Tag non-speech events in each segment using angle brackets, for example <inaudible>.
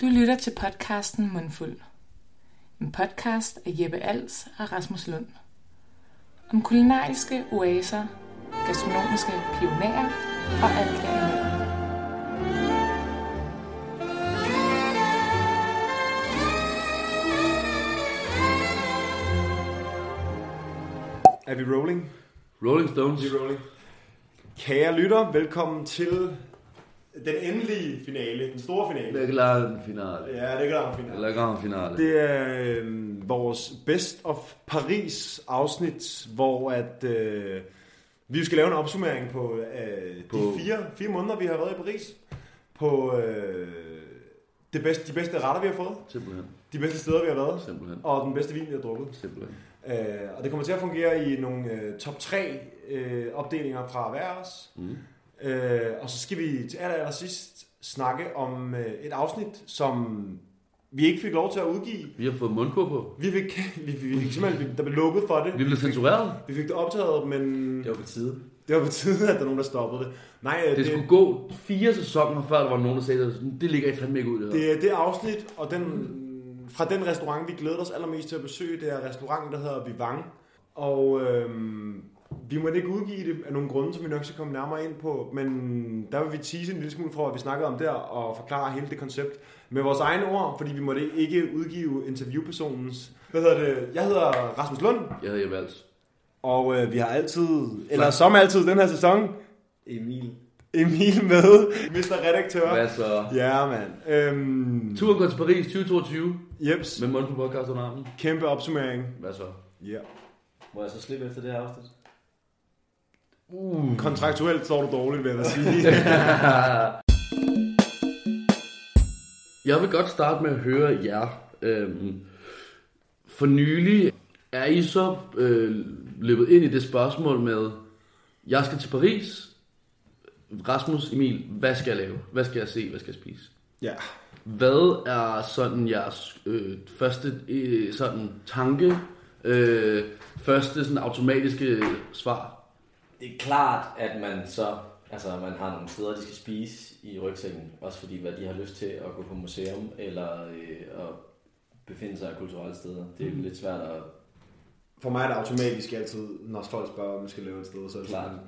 Du lytter til podcasten Mundfuld. En podcast af Jeppe Als og Rasmus Lund. Om kulinariske oaser, gastronomiske pionerer og alt derimellem. Er vi rolling? Rolling Stones. Vi er rolling. Kære lytter, velkommen til den endelige finale, den store finale. Det er klart en finale. Ja, det er klart en finale. Eller grand finale. Det er øh, vores Best of Paris afsnit, hvor at øh, vi skal lave en opsummering på, øh, på... På- de fire, fire måneder, vi har været i Paris. På øh, det bedste, de bedste retter, vi har fået. Simpelthen. De bedste steder, vi har været. Simpelthen. Og den bedste vin, vi har drukket. Simpelthen. Øh, og det kommer til at fungere i nogle øh, top 3 øh, opdelinger fra hver af os. Mm. Øh, og så skal vi til aller, aller sidst snakke om øh, et afsnit, som vi ikke fik lov til at udgive. Vi har fået mundkur på. Vi fik, <laughs> vi, vi, vi, simpelthen, vi, der blev lukket for det. Vi blev censureret. Vi fik det optaget, men Det var på tide. det var på tide, at der er nogen, der stoppede det. Nej, øh, Det det, skulle gå fire sæsoner, før der var nogen, der sagde, at det ligger I fandme ikke ud. Det, her. det, det afsnit og den, fra den restaurant, vi glæder os allermest til at besøge, det er restauranten, der hedder Vivang. Og øhm, vi må ikke udgive det af nogle grunde, som vi nok skal komme nærmere ind på, men der vil vi tease en lille smule fra, hvad vi snakkede om der, og forklare hele det koncept med vores egne ord, fordi vi måtte ikke udgive interviewpersonens... Hvad hedder det? Jeg hedder Rasmus Lund, Jeg hedder Jeppe Als. og øh, vi har altid, eller som altid den her sæson, Emil. Emil med, Mr. Redaktør. Hvad så? Ja, mand. Øhm, Turen går til Paris 2022 jeps, med mundkur podcast under armen. kæmpe opsummering. Hvad så? Ja. Må jeg så slippe efter det her afsnit? Uh. Kontraktuelt står du dårligt, vil jeg da <laughs> sige. Jeg vil godt starte med at høre jer. Øhm, for nylig er I så øh, løbet ind i det spørgsmål med, jeg skal til Paris. Rasmus, Emil, hvad skal jeg lave? Hvad skal jeg se? Hvad skal jeg spise? ja. Hvad er sådan jeres øh, første øh, sådan tanke? Øh, første sådan automatiske svar? Det er klart, at man så altså, man har nogle steder, de skal spise i rygsækken. Også fordi, hvad de har lyst til at gå på museum eller øh, at befinde sig i kulturelle steder. Det er mm. lidt svært at... For mig er det automatisk altid, når folk spørger, om vi skal lave et sted, så er det Klart. sådan,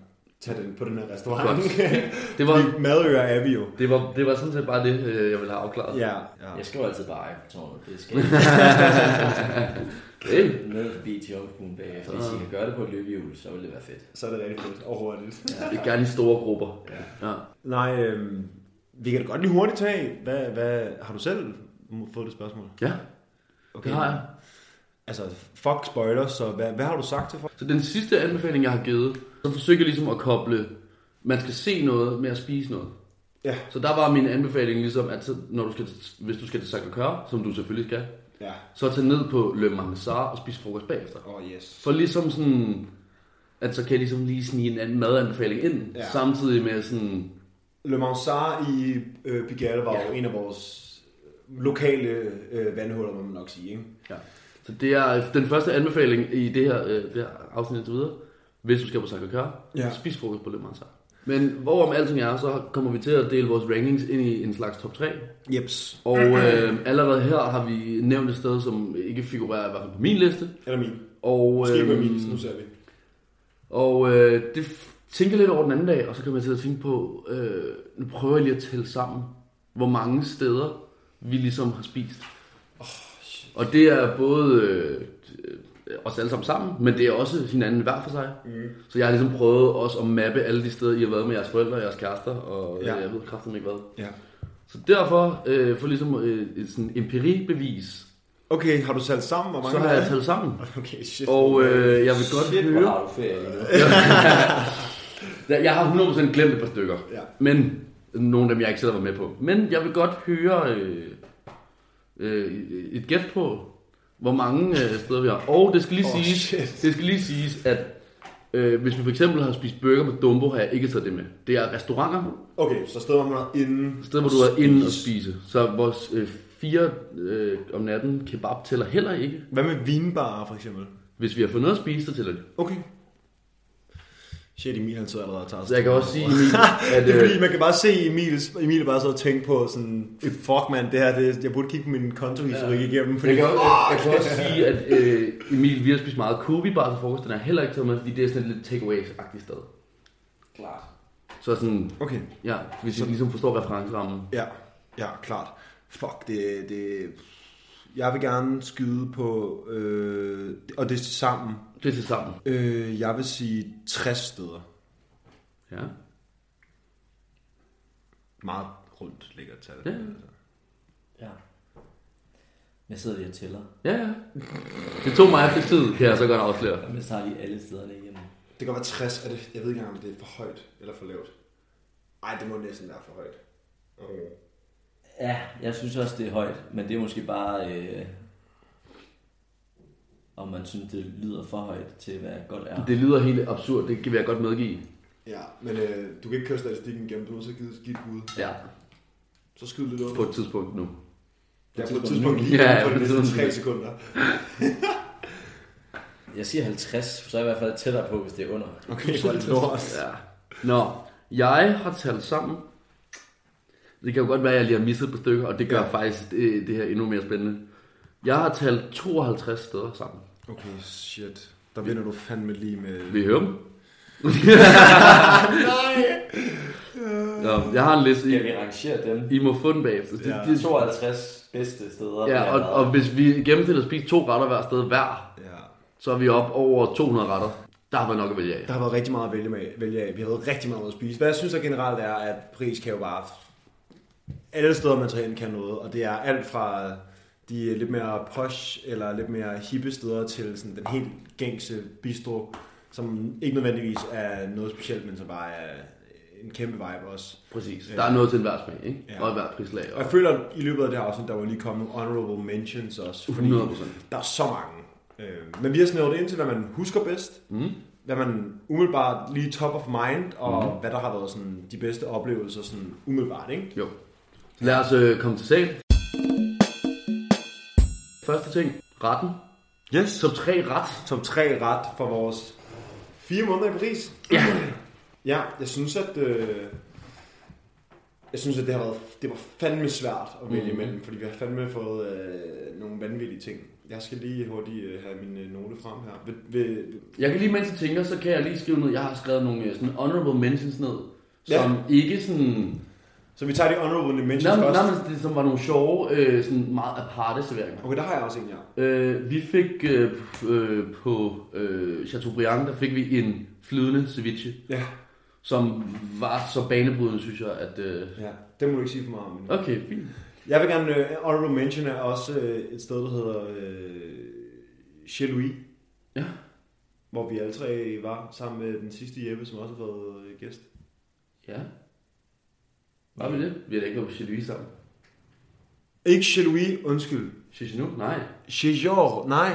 tag den på den her restaurant. Godt. <laughs> Det var, Fordi Madøer er vi jo. det var, det var sådan set bare det, øh, jeg ville have afklaret. Ja. ja. Jeg skriver altid bare ej på tårnet. Det skal jeg Hey. ikke. ned forbi til Jomfruen bagefter. Hvis I kan gøre det på et løbehjul, så vil det være fedt. Så er det rigtig fedt og hurtigt. Det er gerne i store grupper. Ja. Nej, øhm, vi kan da godt lige hurtigt tage. Hvad, hvad, har du selv fået det spørgsmål? ja, det har jeg. Altså, fuck spoilers, så hvad, hvad har du sagt til folk? Så den sidste anbefaling, jeg har givet, så forsøger jeg ligesom at koble, man skal se noget med at spise noget. Ja. Så der var min anbefaling ligesom, at så, når du skal, til- hvis du skal til Sacré-Cœur, som du selvfølgelig skal, Ja. så tag ned på Le Mansard og spis frokost bagefter. Åh, oh, yes. For ligesom sådan, at så kan jeg ligesom lige snige en anden madanbefaling ind, Ja. ja. samtidig med sådan, Le Mansard i øh, Pigalle var ja. Ja. jo en af vores lokale øh, vandhuller, må man nok sige. Ikke? ja. Så det er den første anbefaling i det her, øh, det her afsnit indtil videre. Hvis du skal på Sacré-Cœur, Ja. ja. spis frokost på Le Mansard. Men hvorom alting er, så kommer vi til at dele vores rankings ind i en slags top 3. Jeps. Og Mm-hmm. øh, allerede her har vi nævnt et sted, som ikke figurerer i hvert fald på min liste. Eller min. Og, Måske med øhm, min, nu ser vi. Og øh, det f- tænker jeg lidt over den anden dag, og så kom jeg til at tænke på, øh, nu prøver jeg lige at tælle sammen, hvor mange steder vi ligesom har spist. Oh, og det er både øh, øh, os alle sammen sammen, men det er også hinanden hver for sig. Mm. Så jeg har ligesom prøvet også at mappe alle de steder, I har været med jeres forældre og jeres kærester, og Ja. ja. jeg ved kraften ikke hvad. Ja. Så derfor, øh, for ligesom øh, et sådan empiribevis, Okay, har du talt sammen? Hvor mange så har der jeg er? talt sammen. <laughs> Okay, shit. Og øh, jeg vil godt Shit, høre... <laughs> hvor har du ferie lige nu. Ja, Jeg har 100% glemt et par stykker. Ja. Men nogle af dem, jeg ikke selv var med på. Men jeg vil godt høre øh, øh, et gæt på, hvor mange øh, steder vi har. Og det skal lige, Åh, oh, siges, shit. det skal lige siges, at øh, hvis vi for eksempel har spist burger på Dumbo, har jeg ikke taget det med. Det er restauranter, Okay, så steder man inden. steder hvor du er inde og spise. Så vores øh, fire øh, om natten kebab tæller heller ikke. Hvad med vinbarer, for eksempel? Hvis vi har fået noget at spise, så tæller det. Okay. Shit, Emil han sidder allerede og tager Så jeg kan også sige, <laughs> Emil, at... Det er øh, fordi, man kan bare se Emil, Emil bare sidde og tænke på sådan, fuck mand, det her, det, jeg burde kigge på min kontohistorik ja. igennem, fordi Jeg kan, også, jeg, jeg kan også sige, at øh, Emil, vi har spist meget Kobe bare til frokost. Den er heller ikke taget med, fordi det er sådan et lidt takeaways-agtigt sted. Klart. Så sådan, Okay, ja, hvis I ligesom forstår referencerammen. ja, ja, klart. Fuck, det, det, jeg vil gerne skyde på, øh, og det er sammen, Det er til sammen. øh, jeg vil sige 60 steder. Ja. Meget rundt ligger tal. Ja. Altså. Ja. Jeg sidder lige og tæller. Ja, ja. Det tog mig efter tid, kan jeg så godt afsløre. Jamen, jeg tager lige alle stederne igennem. Det kan godt være 60, er det, jeg ved ikke engang, om det er for højt eller for lavt. Nej, det må næsten være for højt. Okay. Ja, jeg synes også, det er højt, men det er måske bare, øh, om man synes, det lyder for højt til, hvad godt er. Det lyder helt absurd, det kan jeg godt medgive. Ja, men øh, du kan ikke køre statistikken igennem, du er nødt til at give et skidt bud. Ja, Så skyd lidt op. på et tidspunkt nu. Ja, på et tidspunkt lige Ja, ja, på på de et næste tidspunkt. tre sekunder. Jeg siger 50, så er jeg i hvert fald tættere på, hvis det er under. Okay, for det lort. Ja. Nå, jeg har talt sammen. Det kan jo godt være, at jeg lige har misset på stykker, og det gør Ja. ja. faktisk øh, det her endnu mere spændende. Jeg har talt 52 steder sammen. Okay, shit. Der vinder du fandme lige med... Vil I høre dem? Nå, jeg har en liste. Skal I, vi rangere dem? I må få den bagefter. Det, Ja. det, 52 bedste steder. ja, og, og hvis vi gennemsnitligt spiser to retter hver sted hver, Ja. så er vi oppe over 200 retter. Der har vi nok at vælge af. Der har været rigtig meget at vælge, med, vælge af. Vi har været rigtig meget at spise. Hvad jeg synes der generelt er, at pris kan jo bare... Alle steder, man tager hen, kan noget. Og det er alt fra øh, de lidt mere posh eller lidt mere hippe steder til sådan den helt gængse bistro, som ikke nødvendigvis er noget specielt, men som bare er en kæmpe vibe også. Præcis. Ja. Der er noget til enhver smag, ikke? Ja. Og hver prislag. Og Og jeg føler, at i løbet af det her afsnit, der var lige kommet nogle honorable mentions også, fordi 100%. der er så mange. Øh, men vi har snævret det ind til, hvad man husker bedst, mm. hvad man umiddelbart lige top of mind, og mm. hvad der har været sådan, de bedste oplevelser sådan, umiddelbart. Ikke? Jo. Lad os øh, komme til sagen. Første ting. Retten. Yes. Som tre ret. Top 3 ret for vores fire måneder i Paris. Ja. Ja, jeg synes, at... Øh, jeg synes, at det har været, det var fandme svært at vælge mm. imellem, fordi vi har fandme fået øh, nogle vanvittige ting. Jeg skal lige hurtigt øh, have min øh, note frem her. Ved, ved, Jeg kan lige, mens jeg tænker, så kan jeg lige skrive ned. Jeg har skrevet nogle øh, sådan honorable mentions ned. Ja. Som ikke sådan... Så vi tager de honorable Nej, mentions men- først. nej, men det som var nogle sjove, øh, sådan meget aparte serveringer. Okay, der har jeg også en, ja. Øh, vi fik øh, p- øh, på øh, Chateaubriand, der fik vi en flydende ceviche, Ja, som var så banebrydende, synes jeg, at... Øh, ja. Det må du ikke sige for meget om. Okay. okay, fint. Jeg vil gerne, uh, honorable mention er også øh, et sted, der hedder øh, Chez Louis. Ja. Hvor vi alle tre var sammen med den sidste Jeppe, som også har været øh, gæst. Ja. Var vi det? Vi har da ikke været på Chilui sammen. Ikke Chez Louis, undskyld. Chichinu? Nej. Chez Georges, nej.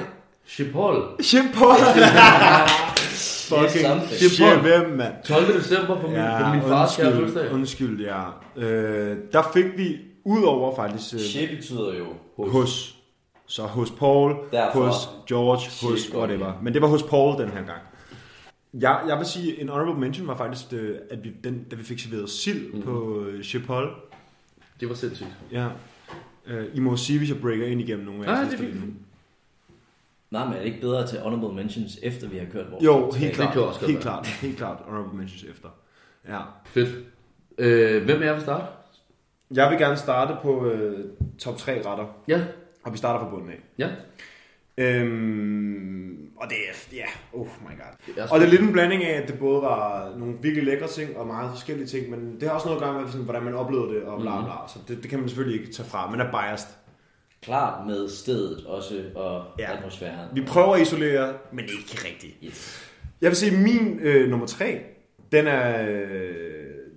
Chipol. Chez Paul. Det er Fucking something. Chez hvem, mand? 12. december på min, ja, på min fars kære fødselsdag. undskyld, ja. Øh, der fik vi, udover faktisk... øh, Shit betyder jo hos. hos. Så hos Paul, Derfor. hos George, Shit, hos går whatever. Men det var hos Paul den her gang. Jeg, jeg vil sige, en honorable mention var faktisk, øh, at vi, den, da vi fik serveret sild mm. på øh, Chez Paul. Det var sindssygt. Ja. Øh, I må sige, hvis jeg breaker ind igennem nogle af Nej, jeres det er lister fint. lige nu. Nej, men er det ikke bedre til honorable mentions, efter vi har kørt vores Jo, optag? helt klart. kan også godt helt være. klart. Helt klart. Honorable mentions efter. Ja. Fedt. Øh, hvem er jeg vil starte? Jeg vil gerne starte på øh, top 3 retter, Ja. og vi starter fra bunden af. Ja. Øhm, og det er, ja, oh my god. er sgu- og det er lidt en blanding af, at det både var nogle virkelig lækre ting og meget forskellige ting, men det har også noget at gøre med, sådan, hvordan man oplevede det og bla bla, så det, det kan man selvfølgelig ikke tage fra, men er biased. Klart med stedet også, og Ja. ja. atmosfæren. Vi prøver at isolere, men ikke rigtigt. Yes. Jeg vil sige, min øh, nummer tre, den er, øh,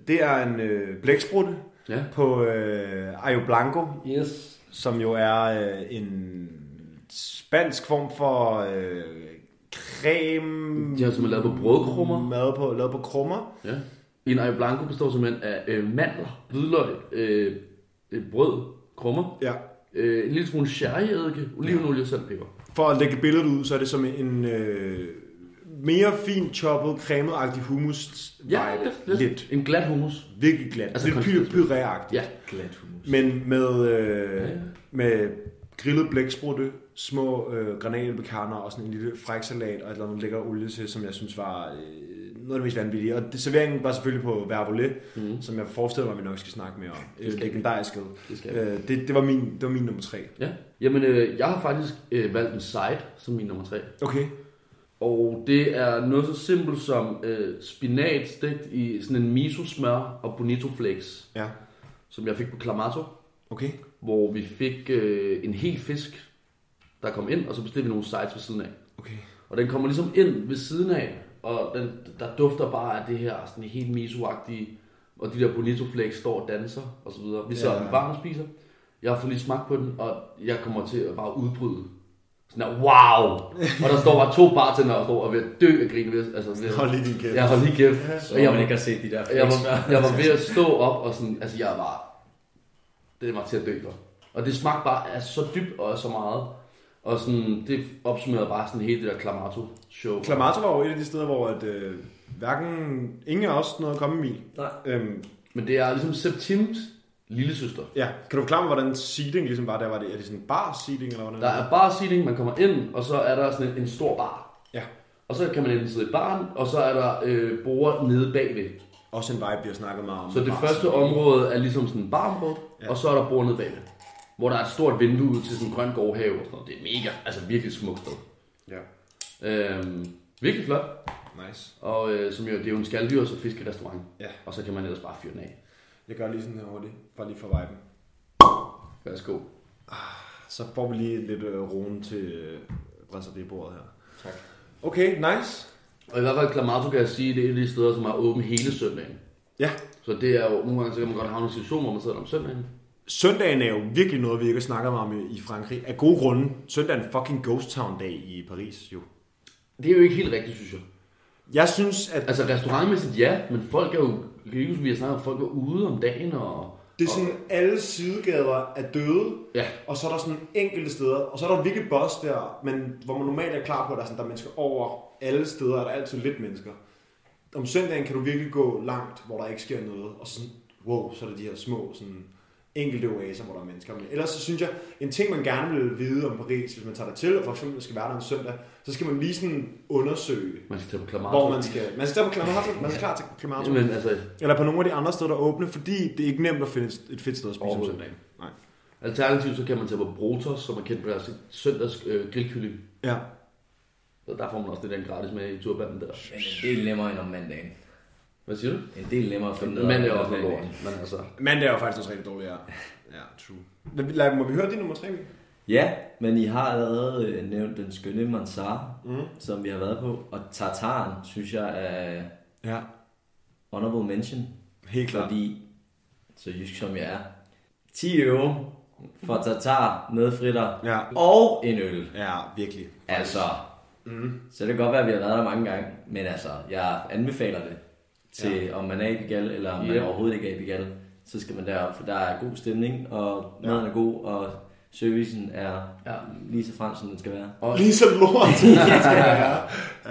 det er en øh, blæksprutte Ja. på øh, Ayo Blanco, Yes. som jo er øh, en spansk form for øh, creme... Ja, som er lavet på brødkrummer. Mad på, lavet på krummer. Ja. En ayo blanco består simpelthen af øh, mandler, hvidløg, øh, øh, brød, krummer, Ja. øh, en lille smule sherryedike, olivenolie og saltpeber. For at lægge billedet ud, så er det som en... Øh, mere fint choppet, cremet-agtig hummus Ja, vibe. lidt, lidt. lidt. En glat hummus. Virkelig glat. Altså Altså, lidt py- konsistens. puré-agtigt. Ja. Glat hummus. Men med, øh, Ja, ja. med grillet blæksprutte, små øh, granatæblekerner og sådan en lille fræk salat og et eller andet lækker olie til, som jeg synes var øh, noget af det mest vanvittige. Og det, serveringen var selvfølgelig på Vervolet, mm. som jeg forestiller mig, vi nok skal snakke mere om. Mhm. Det Det skal skal vi. legendarisk. Det skal vi. Øh, det, det, var min, det var min nummer tre. Ja. Jamen, øh, jeg har faktisk øh, valgt en side som min nummer tre. Okay. Og det er noget så simpelt som øh, spinat stegt i sådan en miso-smør og bonito flakes, Ja. som jeg fik på Clamato, Okay. hvor vi fik øh, en hel fisk, der kom ind, og så bestilte vi nogle sides ved siden af. Okay. Og den kommer ligesom ind ved siden af, og den, der dufter bare af det her sådan helt miso og de der bonito flakes står og danser og så videre. Vi sidder Ja. ja. varm og spiser. Jeg har fået lige smagt på den, og jeg kommer til at bare udbryde. Sådan der, wow! Og der står bare to bartender og står og er ved at dø af grin. Ved, altså, ved, Hold lige din kæft. jeg holdt lige kæft. Så Og jeg, man var, ikke har set de der jeg, flæks før. var, jeg var ved at stå op, og sådan, altså jeg var, det var til at dø for. Og det smagte bare altså, så dybt og så meget. Og sådan, det opsummerede bare sådan hele det der Clamato-show. Clamato var jo et af de steder, hvor at, øh, hverken ingen af os nåede at komme i. Nej. Øhm, Men det er ligesom Septims lille søster. ja. Kan du forklare mig, hvordan seating ligesom var der? Var det, er det sådan bar seating, eller hvordan? Der er bar seating, man kommer ind, og så er der sådan en, en stor bar. Ja. Og så kan man enten sidde i baren, og så er der øh, borer nede bagved. Også en vibe, vi har snakket meget om. Så det Bare første område er ligesom sådan en barområde, ja. og så er der borer nede bagved. Hvor der er et stort vindue ud til sådan en grøn gårdhave. Og sådan noget. Det er mega, altså virkelig smukt sted. Ja, Øhm, virkelig flot. nice. Og øh, som jo, det er jo en skalddyrs og fiskerestaurant. Ja. Og så kan man ellers bare fyre den af. Jeg gør lige sådan her hurtigt, bare lige for viben. Værsgo. Så får vi lige lidt øh, roen til øh, brasseriebordet her. Tak. Okay, nice. Og i hvert fald Clamato kan jeg sige, det er et af de steder, som har åbent hele søndagen. Ja, Så det er jo, nogle gange så kan man godt have en situation, hvor man sidder om søndagen. søndagen er jo virkelig noget, vi ikke har snakket meget om i- i Frankrig. Af gode grunde. Søndag er en fucking ghost town dag i Paris, jo. Det er jo ikke helt rigtigt, synes jeg. Jeg synes, at Altså restaurantmæssigt ja, men folk er jo, det er jo, som vi har snakket om, folk er ude om dagen og... det er sådan, alle sidegader er døde. Ja, Og så er der sådan enkelte steder, og så er der virkelig boss der, men hvor man normalt er klar på, at der er, sådan, der er mennesker over alle steder, er der altid lidt mennesker. Om søndagen kan du virkelig gå langt, hvor der ikke sker noget, og sådan, wow, så er der de her små sådan, enkelte oaser, hvor der er mennesker. Men ellers så synes jeg, en ting man gerne vil vide om Paris, hvis man tager det til, og for eksempel skal være der en søndag, så skal man lige sådan undersøge, man skal tage på Clamato. hvor man skal. Man skal tage på Clamato, man skal klar til Clamato. Men altså, Eller på nogle af de andre steder, der er åbne, fordi det er ikke nemt at finde et fedt sted at spise om Overhovedet. søndagen. Nej. alternativt så kan man tage på Brotos, som er kendt for deres søndags øh, grillkylling. Ja, Og der får man også lidt af den gratis med i turbanen der. Men en del nemmere end om mandagen. Hvad siger du? En del nemmere at finde ud af. Mand er også om noget lort, mandagen. men altså... Mandag er jo faktisk også rigtig dårlig, ja. Ja, true. Lad, må vi høre din nummer 3, Mikkel? Ja, men I har allerede øh, nævnt den skønne Mansar, mm. som vi har været på. Og Tartaren, synes jeg, er Ja, honorable mention. helt klart. Fordi, så jysk som jeg er, 10 euro for tartar, medfritter Ja. og en øl. Ja, virkelig. Altså, mm. så det kan godt være, at vi har været der mange gange, men altså, jeg anbefaler det til, ja. om man er i Pigalle, eller om man Ja. overhovedet ikke er i Pigalle, så skal man derop, for der er god stemning, og maden er god, og servicen er Ja. lige så fransk, som den skal være. Og, Lige så lort.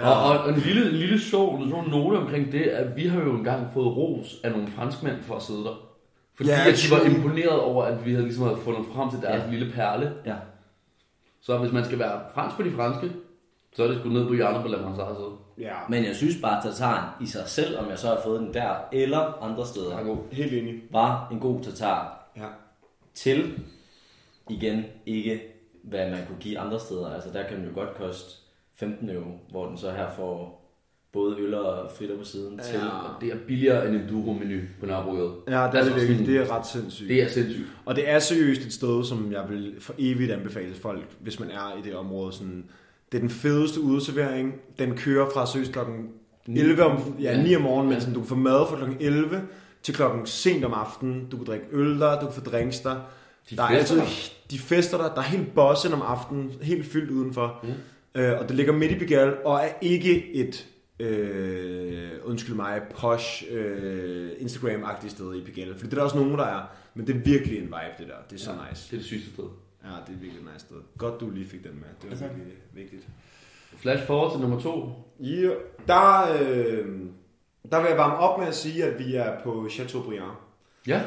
og, og, og en lille, lille sjov en sjov note omkring det, at vi har jo engang fået ros af nogle franskmænd for at sidde der. Fordi Ja, ja, at de var true. imponeret over, at vi havde ligesom havde fundet frem til deres Ja. ja. lille perle. Ja. Så hvis man skal være fransk på de franske, så er det sgu ned på hjørnet på Lamarsars side. ja, Men jeg synes bare, at tartaren i sig selv, om jeg så har fået den der eller andre Der er steder, god. helt enig. var en god tartar. Ja. til, igen, ikke hvad man kunne give andre steder. Altså der kan den jo godt koste 15 euro, hvor den så her får både øl og fritter på siden til. Og det er billigere end en Duro-menu på Nørrebrogade. Ja, det er Altså det virkelig. sådan- Det er ret sindssygt. Det er sindssygt. Og det er seriøst et sted, som jeg vil for evigt anbefale folk, hvis man er i det område. Sådan, det er den fedeste udeservering. Den kører fra seriøst klokken 11 om, ja, Ja. 9 om morgenen, men Ja. sådan, du kan få mad fra klokken 11 til klokken sent om aftenen. Du kan drikke øl der, du kan få drinks der. De der er fester altid, de fester der. Der er helt bossen om aftenen, helt fyldt udenfor. Mm. Øh, og det ligger midt i Begal, og er ikke et, øh, undskyld mig, posh øh, Instagram-agtigt sted i Begal. For det er der også nogen, der er. Men det er virkelig en vibe, det der. Det er så ja. Det nice. er det sygeste sted. Altså. Ja, det er virkelig et nice sted. Godt, du lige fik den med. Det var virkelig vigtigt. Flash forward til nummer to. Ja, der, øh, der vil jeg varme op med at sige, at vi er på Chateaubriand. Ja.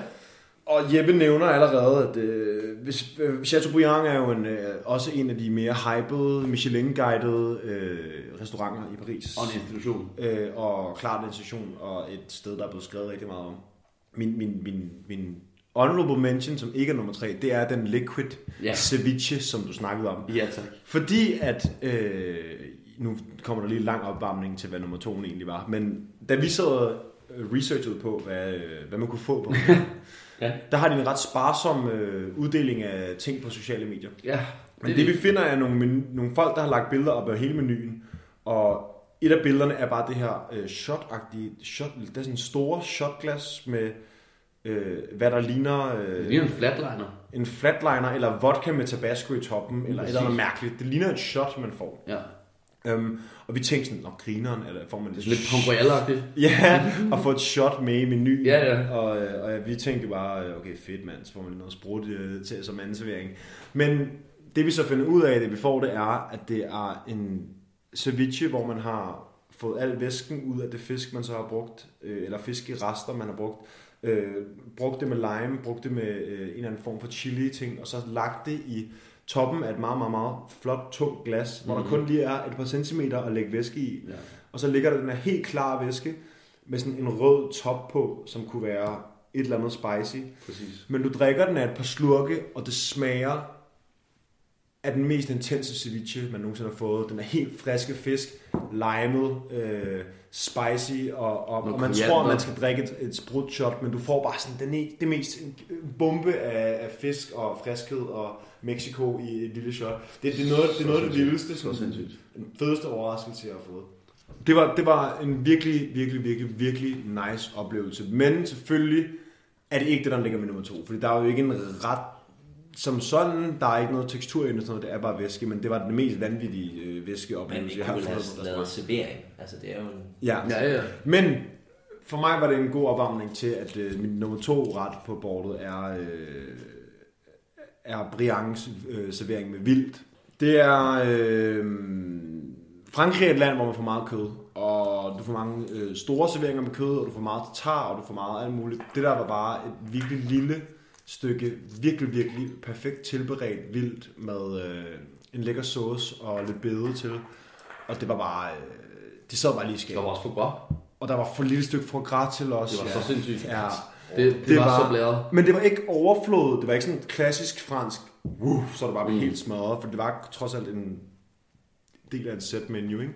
Og Jeppe nævner allerede, at øh, hvis, øh, Chateaubriand er jo en, øh, også en af de mere hypede, Michelin-guidede øh, restauranter i Paris. Og en institution. øh, og klart en station og et sted, der er blevet skrevet rigtig meget om. Min, min, min, min honorable mention, som ikke er nummer tre, det er den liquid Ja. yeah. ceviche, som du snakkede om. Ja, tak. Fordi at, øh, nu kommer der lige en lang opvarmning til, hvad nummer to egentlig var, men da vi sad øh, researchede på, hvad, øh, hvad man kunne få på, <laughs> Ja. der har de en ret sparsom øh, uddeling af ting på sociale medier. Ja. Men det vi finder er nogle, menu, nogle folk, der har lagt billeder op af hele menuen, og et af billederne er bare det her øh, shot-agtige, shot, det er sådan store shotglas med, øh, hvad der ligner Det øh, ligner en flatliner. en flatliner, eller vodka med tabasco i toppen, eller et eller andet Præcis. mærkeligt. Det ligner et shot, man får. Ja. Øhm, og vi tænkte sådan, nå grineren, eller får man Det det? er lidt pompoyalagtigt. <laughs> Ja, og få et shot med i menuen. Ja, ja. Og, øh, og vi tænkte bare, øh, okay fedt mand, så får man noget sprut øh, til som andenservering. Men det vi så finder ud af, det vi får, det er, at det er en ceviche, hvor man har fået al væsken ud af det fisk, man så har brugt, øh, eller fiskerester, man har brugt. Øh, brugt det med lime, brugt det med øh, en eller anden form for chili-ting, og så lagt det i toppen af et meget, meget, meget flot, tungt glas, hvor der kun lige er et par centimeter at lægge væske i. Mhm. Ja. Og så ligger der den her helt klare væske med sådan en rød top på, som kunne være et eller andet spicy. Præcis. Men du drikker den af et par slurke, og det smager af den mest intense ceviche, man nogensinde har fået. Den er helt friske fisk, limet, øh, spicy, og, og, Noget og man tror, koriander. man skal drikke et, et sprutshot, men du får bare sådan den, e- det mest en bombe af, af fisk og friskhed og Mexico i et lille shot. Det, det er noget, det, er noget af det sindssygt. vildeste, Så sådan- sindssygt. den fedeste overraskelse, jeg har fået. Det var, det var en virkelig, virkelig, virkelig, virkelig nice oplevelse. Men selvfølgelig er det ikke det, der ligger med nummer to. Fordi der er jo ikke en ret som sådan. Der er ikke noget tekstur i det, og sådan noget. Det er bare væske. Men det var den mest vanvittige øh, Men vi væskeoplevelse, jeg har kunne fået. på have restaurant. lavet servering. Altså, det er jo en... Ja. Ja, ja. Men for mig var det en god opvarmning til, at øh, min nummer to ret på bordet er, øh, er Brians øh, servering med vildt. Det er... Øh, Frankrig er et land, hvor man får meget kød, og du får mange øh, store serveringer med kød, og du får meget tartar, og du får meget alt muligt. Det der var bare et virkelig lille stykke, virkelig, virkelig perfekt tilberedt vildt med øh, en lækker sauce og lidt bede til. Og det var bare... Øh, det sad bare lige i skabet. Der var også for godt. Og der var for lille stykke foie gras til os. Det var så sindssygt. Ja. Det, det, det var, var, så blæret. Men det var ikke overflod. Det var ikke sådan klassisk fransk. Woo, så er det bare Mm. blevet helt smadret. For det var trods alt en del af et sæt menu, ikke?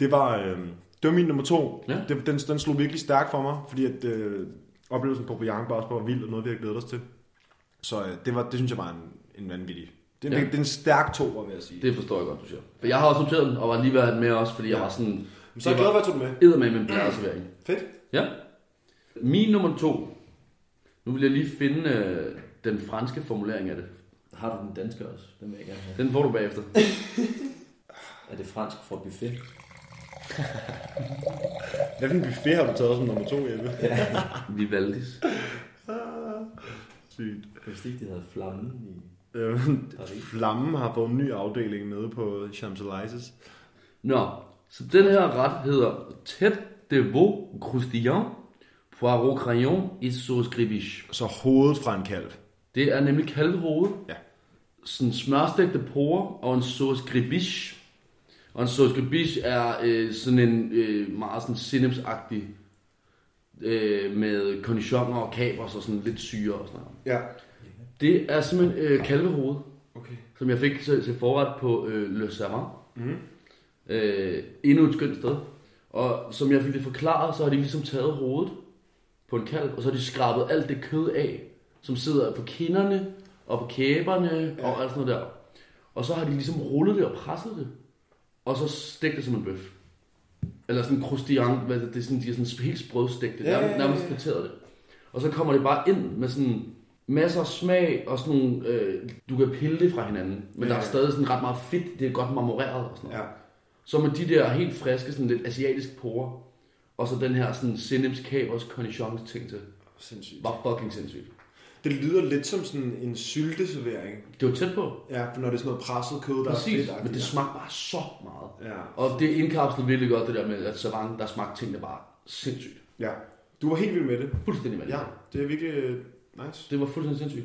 Det var, øh, det var min nummer to. Ja. Det, den, den slog virkelig stærkt for mig, fordi at, øh, oplevelsen på Brian var også bare vild, og noget vi har glædet os til. Så øh, det, var, det synes jeg var en, en vanvittig. Det, Ja. ja. det, det er en stærk toer, vil jeg sige. Det forstår jeg godt, du siger. For jeg har også noteret den, og var lige været med også, fordi jeg Ja. var sådan... så er jeg glad, hvad du tog den med. glad med en blæret servering. Fedt. Ja. Min nummer to. Nu vil jeg lige finde øh, den franske formulering af det. Har du den danske også? Den vil jeg gerne have. Den får du <laughs> bagefter. Er det fransk fra buffet? Hvad for en buffet har du taget som nummer to, Jeppe? Ja. Vivaldis. Sygt. Hvis ikke det hedder flammen i... Øh, Paris. Flammen har fået en ny afdeling nede på Champs-Élysées. Nå, så den her ret hedder tête de veau croustillant, poireau crayon et sauce gribiche. Så hovedet fra en kalv. Det er nemlig kalvehoved. Ja. Sådan smørstegte porer og en sauce gribiche. Og en sauce gribiche er øh, sådan en øh, meget sådan sinemsagtig øh, med cornichoner og kapers og sådan lidt syre og sådan noget. Ja. Det er simpelthen øh, kalvehoved, Okay. som jeg fik til, til forret på øh, Le Savant. Mm. Mhm. Øh, endnu et skønt sted. Og som jeg fik det forklaret, så har de ligesom taget hovedet på en kalv, og så har de skrabet alt det kød af, som sidder på kinderne og på kæberne ja. og alt sådan noget der. Og så har de ligesom rullet det og presset det, og så stegt det som en bøf. Eller sådan en croustillant, hvad det det er sådan, de har sådan helt sprødstegt det, Ja, ja, ja, nærmest, ja. nærmest friteret det. Og så kommer det bare ind med sådan masser af smag og sådan nogle, øh, du kan pille det fra hinanden, Ja, men der er ja. stadig sådan ret meget fedt, det er godt marmoreret og sådan noget. Ja. Så med de der helt friske, sådan lidt asiatiske porer, og så den her sådan sinips, kapers, cornichons ting til. Sindssygt. Var fucking sindssygt. Det Det lyder lidt som sådan en sylteservering. Det var tæt på. Ja, for når det er sådan noget presset kød, der er Præcis, fedt. men det smagte bare så meget. Ja. Og det indkapslede virkelig godt, det der med, at savant, der smagte tingene bare sindssygt. ja. Du var helt vild med det. Fuldstændig vanvittigt. Ja, det er virkelig øh, nice. Det var fuldstændig sindssygt.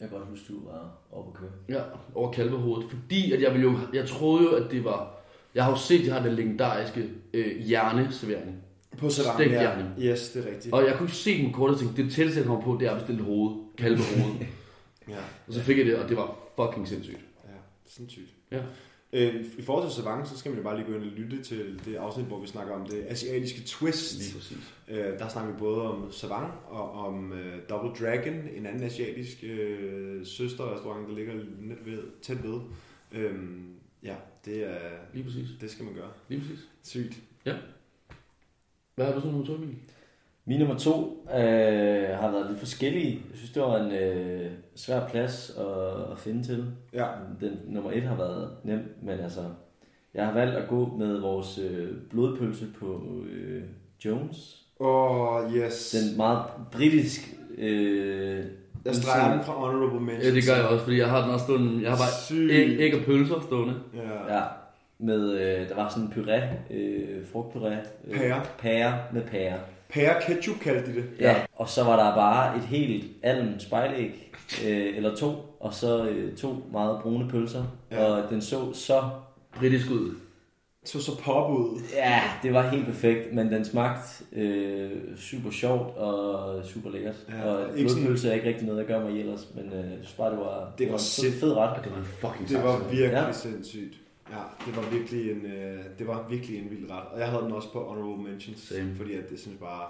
Jeg kan godt huske, du var oppe at køre. Ja, over kalvehovedet. Fordi at jeg, ville jo, jeg troede jo, at det var... Jeg har jo set, de har den legendariske øh, hjerneservering. På Stegt salaten, ja. hjerne. Yes, det er rigtigt. Og jeg kunne ikke se den korte ting. Det tætteste, jeg kom på, det er at bestille hoved. <laughs> Kalvehovedet. Ja, og så fik jeg det, og det var fucking sindssygt. ja. Sindssygt. Ja. Øh, I forhold til savant, så skal man jo bare lige gå ind og lytte til det afsnit, hvor vi snakker om det asiatiske twist. Lige præcis. Øh, der snakker vi både om Savang og om øh, Double Dragon, en anden asiatisk øh, søsterrestaurant, der ligger net ved, tæt ved. Øhm, ja, det, er, Lige præcis. det skal man gøre. Lige præcis. Sygt. Hvad har du så nummer to, Emil? Min nummer to øh, har været lidt forskellige. Jeg synes, det var en øh, svær plads at, at finde til. Ja, Den nummer et har været nem, men altså... Jeg har valgt at gå med vores øh, blodpølse på øh, Jones. og yes. Den meget britisk... Øh, jeg streger den fra Honorable Mention. Ja, det gør jeg også, fordi jeg har den også stående. Jeg har bare Sygt. æg, æg og pølser stående. Ja. Ja, med, øh, der var sådan en puré, øh, frugtpuré. Øh, Pære. Pære med pære. Pære ketchup kaldte de det. Ja. ja. Og så var der bare et helt alm spejlæg, øh, eller to, og så øh, to meget brune pølser. Ja. Ja. Og den så så... Britisk ud. Så så pop ud. Ja, det var helt perfekt, men den smagte øh, super sjovt og super lækkert. Ja, Ja, og ikke sådan- blodpølse er ikke rigtig noget, jeg gør mig i ellers, men øh, jeg synes bare, det var, var en sind- fed ret. Og det var en fucking Det var sagsøger. virkelig ja. Ja. sindssygt. Ja, det var virkelig en, øh, det var virkelig en vild ret. Og jeg havde den også på honorable mentions, Same. fordi at det synes bare...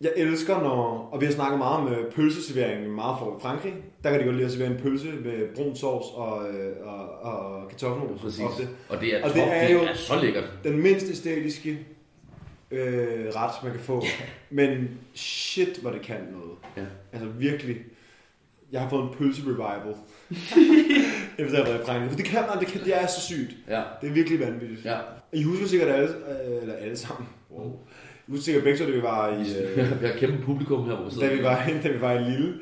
Jeg elsker, når... Og vi har snakket meget om øh, pølseserveringen meget fra Frankrig. Der kan de godt lide at servere en pølse med brun sovs og, øh, og, og kartoffelmos. Præcis. ofte. Og det er, Og top, det det er er, jo- det er så lækkert. Den mindst æstetiske øh, ret, man kan få. Men shit, hvor det kan noget. Ja. Altså virkelig. Jeg har fået en pølse <laughs> revival. Efter jeg har været i Frankrig. For det kan man, det, kan, det er så sygt. Ja. Det er virkelig vanvittigt. Ja. I husker sikkert alle, øh, eller alle sammen. Wow. I husker sikkert begge to, da vi var i, øh, Vi har et kæmpe publikum her, hvor vi sidder. da vi var, da vi var i Lille.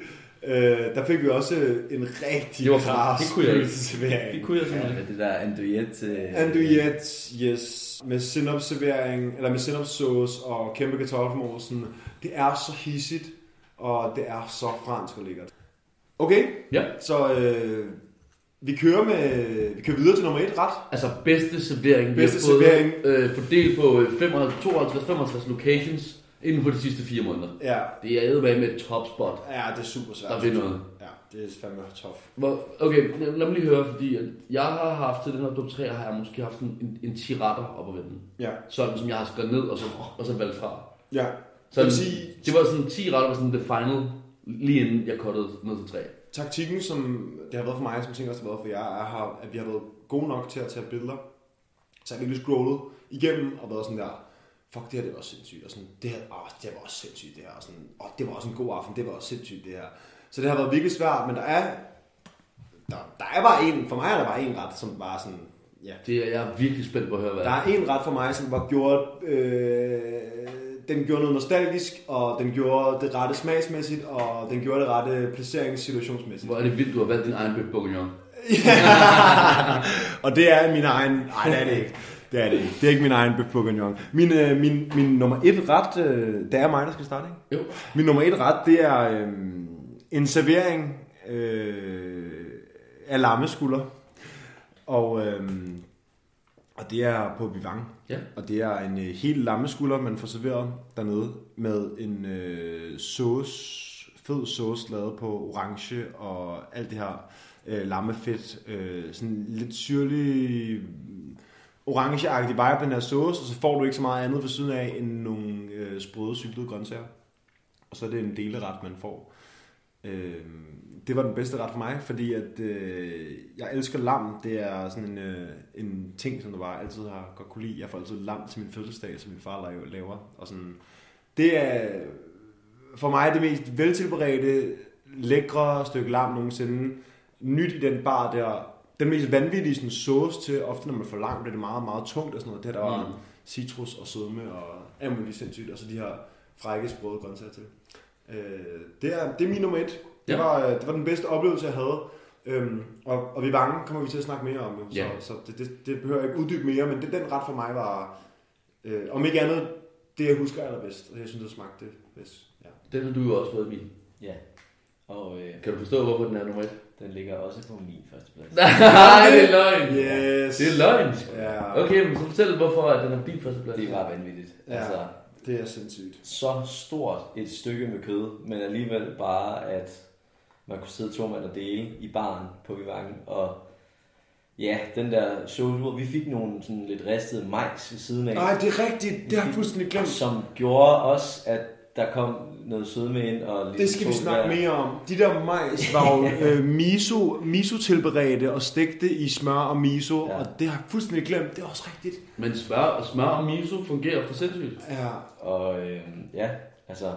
Øh, der fik vi også øh, en rigtig Det var fra- kras det kunne jeg ikke. Det pølseservering. kunne jeg simpelthen. Ja, det der andouillette... Øh, Andouillet, yes, med sinopservering, eller med sinopsauce og kæmpe kartoffelmosen. Det er så hissigt, og det er så fransk og lækkert. Okay, Ja. så øh, vi kører med, vi kører videre til nummer et ret. Altså bedste servering, Bedste vi har servering. fået, Øh, fordelt på 52-55 locations inden for de sidste fire måneder. Ja, Det er eddermame med et topspot, ja det er super svært. der vil noget. Ja, det er fandme tof. Hvor, okay, lad lad mig lige høre, fordi at jeg har haft til den her top 3, har jeg måske haft sådan en, en tiratter op ad venden. Ja, Sådan som jeg har skrevet ned og så, og så valgt fra. ja. Så Så jeg vil sige, det var sådan 10 retter, var sådan the final, lige inden jeg kottede ned til 3. taktikken, som det har været for mig, som ting også har været for jer, er, har- at vi har været gode nok til at tage billeder. Så har vi lige scrollet igennem og været sådan der, fuck, det her det var også sindssygt, og sådan, det her, åh, det her var også sindssygt, det her, og sådan, åh, det var også en god aften, det var også sindssygt, det her. Så det har været virkelig svært, men der er, der, der er bare en, for mig er der bare en ret, som bare sådan, ja, Det er jeg er virkelig spændt på at høre, hvad Der det er. er en ret for mig, som var gjort... Øh, den gjorde noget nostalgisk, og den gjorde det rette smagsmæssigt, og den gjorde det rette placeringssituationsmæssigt. Hvor er det vildt, du har valgt din egen bøf bourguignon. <laughs> og det er min egen... Nej, det er det ikke. Det er det ikke. Det er ikke min egen bøf bourguignon. Min, øh, min, min nummer et ret... Øh, det er mig, der skal starte, ikke? Jo. Min nummer et ret, det er øh, en servering øh, af lammeskulder. Og, øh, og det er på Vivang. Ja. Og det er en øh, hel lammeskulder, man får serveret dernede med en øh, sauce, fed sauce lavet på orange og alt det her øh, lammefedt. Øh, sådan lidt syrlig, mm, orangeagtig vibe på den her sauce, og så får du ikke så meget andet ved siden af end nogle øh, sprøde syltede grøntsager. Og så er det en deleret, man får. Øh, det var den bedste ret for mig, fordi at øh, jeg elsker lam. Det er sådan en, øh, en ting, som jeg bare altid har godt kunne lide. Jeg får altid lam til min fødselsdag, som min far la- laver. Og sådan, det er for mig det mest veltilberedte, lækre stykke lam nogensinde. Nyt i den bar der. Den mest vanvittige sådan, sauce til, ofte når man får lam, bliver det meget, meget tungt og sådan noget. Det er der mm. citrus og sødme og alt muligt sindssygt. Og så de her frække sprøde grøntsager til. Øh, det, er, det er min nummer et. Det, Ja. var, øh, det var den bedste oplevelse, jeg havde. Øhm, og, og vi bange kommer vi til at snakke mere om, jo. Ja. så, så det, det, det behøver jeg ikke uddybe mere, men det, den ret for mig var, øh, om ikke andet, det jeg husker allerbedst, og jeg synes, det smagte bedst. Ja. Den har du jo også fået, Emil. Ja. Og øh, Kan du forstå, hvorfor den er nummer et? den ligger også på min førsteplads. <laughs> Nej, det er løgn. Yes. Det er løgn. Ja, Okay, men så fortæl, hvorfor at den er din førsteplads. Det var vanvittigt. Ja. Altså, det er sindssygt. så stort et stykke med kød, men alligevel bare, at man kunne sidde to mand og dele i baren på Vivang, og ja, den der solur, vi fik nogle sådan lidt ristede majs ved siden af, Nej, det er rigtigt. Det har jeg fuldstændig glemt. som gjorde også, at der kom noget sødme ind, og ligesom Det skal vi to snakke der- mere om. De der majs var <laughs> jo øh, miso, miso tilberedte og stegte i smør og miso, ja. Ja. og det har jeg fuldstændig glemt. Det er også rigtigt. Men smør, smør og miso fungerer for sindssygt. Ja, Og øh, ja, altså,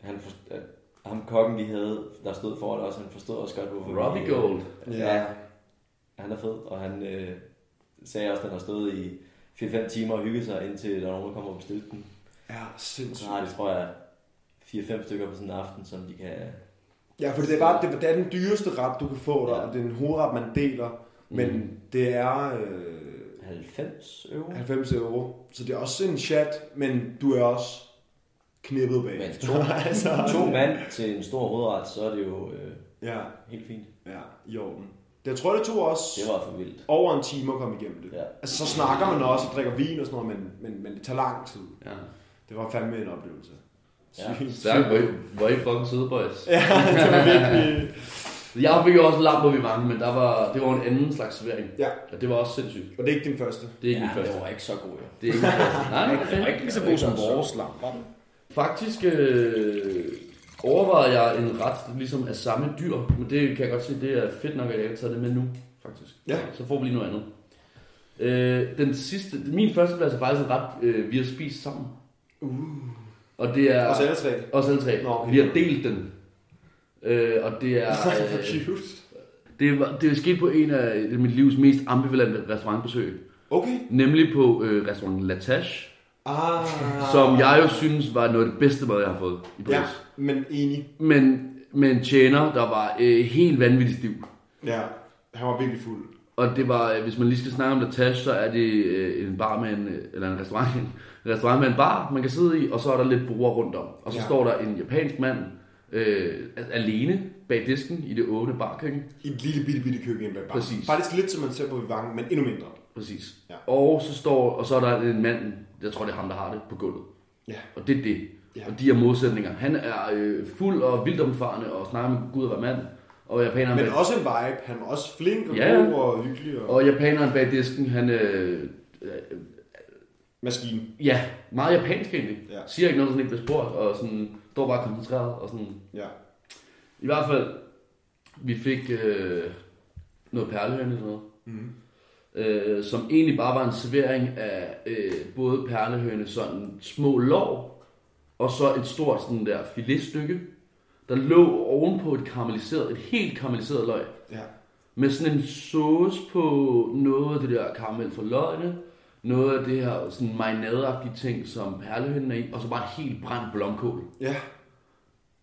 han for, øh, ham kokken vi havde, der stod foran os, han forstod også godt, hvorfor Robbie vi, Gold. Ja. ja. Han er fed, og han øh, sagde også, at han har stået i 4-5 timer og hygget sig, indtil der er nogen, der kommer og bestiller den. ja Så sindssygt. har de, tror jeg, 4-5 stykker på sådan en aften, som de kan... Ja, for det er, bare, det, det er den dyreste ret, du kan få der, Ja. og det er en hovedret, man deler. Men mm. det er øh, 90 euro? 90 euro, så det er også en chat, men du er også knippet bag. <laughs> Men to, altså, to mand til en stor hovedret, så er det jo øh, Ja, helt fint. ja, i orden. Jeg tror, det tog os Det var for vildt. over en time at komme igennem det. Ja. Altså, så snakker man også og drikker vin og sådan noget, men, men, men det tager lang tid. Ja. Det var fandme en oplevelse. Ja. Sygt. Stærk, hvor I, hvor I fucking søde, <laughs> boys. Ja, det var virkelig... Jeg fik jo også lam, hvor vi mange, men der var, det var en anden slags servering. Ja, Og det var også sindssygt. og det er ikke din første. Det er ikke min ja, første. det var ikke så god, jo. Det er ikke min første. <laughs> Nej, okay. ikke lige så god som vores lam, var den? Faktisk øh, overvejede jeg en ret ligesom af samme dyr, men det kan jeg godt se, det er fedt nok, at jeg ikke tager det med nu, faktisk. Ja. Så får vi lige noget andet. Øh, den sidste, min førsteplads er faktisk en ret, øh, vi har spist sammen. Uh. Og det er... Og så alle tre. Os alle tre. Nå, Nå, okay. okay. Vi har delt den. Øh, og <laughs> det er... Hvor Øh, cute. det, var, det er sket på en af mit livs mest ambivalente restaurantbesøg. Okay. Nemlig på øh, restaurant Latash, Ah. som jeg jo synes var noget af det bedste mad, jeg har fået i Paris. Ja, men enig. Men med en tjener, der var øh, helt vanvittigt stiv. Ja, han var virkelig fuld. Og det var, øh, hvis man lige skal snakke om Latash, så er det øh, en bar med en, øh, eller en restaurant, en restaurant med en bar, man kan sidde i, og så er der lidt bruger rundt om. Og så Ja. ja. står der en japansk mand øh, alene bag disken i det åbne barkøkken. I et lille bitte bitte køkken inde bag bar. Præcis. Faktisk lidt som man ser på Vivang, men endnu mindre. Præcis. Ja. Ja. Og så står, og så er der en mand, jeg tror det er ham, der har det, på gulvet. Ja. Og det er det. Ja. Ja. Og de er modsætninger. Han er øh, fuld og vildt omfarende og snakker med Gud og var mand. Og japaneren, Men bag, også en vibe. Han var også flink og Ja. god og hyggelig. Og... og japaneren bag disken, han øh, Maskine. ja, meget japansk egentlig. Ja. Ja. Siger ikke noget, der sådan ikke bliver spurgt, og sådan, står bare koncentreret. Og sådan. Ja. I hvert fald, vi fik øh, noget perlehøn eller noget. Mm. øh, som egentlig bare var en servering af øh, både perlehøne, sådan små lår, og så et stort sådan der filetstykke, der lå ovenpå et karamelliseret, et helt karamelliseret løg, Ja. med sådan en sauce på noget af det der karamel fra løgene, noget af det her sådan marinadeagtige ting, som perlehønen er i, og så bare et helt brændt blomkål. Ja.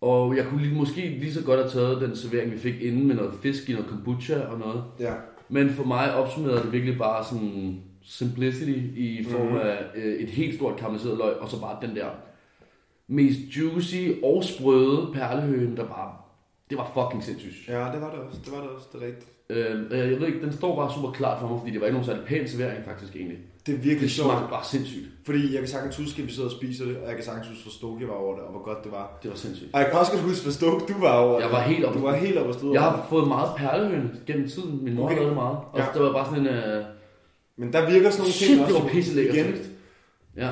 Og jeg kunne lige, måske lige så godt have taget den servering, vi fik inden med noget fisk i noget kombucha og noget. Ja. Men for mig opsummerede det virkelig bare sådan simplicity i form Mhm. mm. af øh, et helt stort karamelliseret løg, og så bare den der mest juicy og sprøde perlehøne, der bare... Det var fucking sindssygt. Ja, det var det også. Det var det også. Det er rigtigt. Øh, og jeg jeg ved ikke, den står bare super klart for mig, fordi det var ikke nogen særlig pæn servering faktisk egentlig. Det er virkelig Det sjovt. smagte bare sindssygt. Fordi jeg kan sagtens huske, at vi sidder og spiser det, og jeg kan sagtens huske, hvor stolt jeg var over det, og hvor godt det var. Det var sindssygt. Og jeg kan også godt huske, hvor stolt du var over Jeg det. var helt oppe Du var helt oppe at stå Jeg over det. har fået meget perlehøne gennem tiden. Min mor Okay. okay. lavede meget. Og Ja. ja. det var bare sådan en... Øh, Men der virker sådan nogle ting shit, det også. var pisse lækkert. Igen, faktisk. Ja,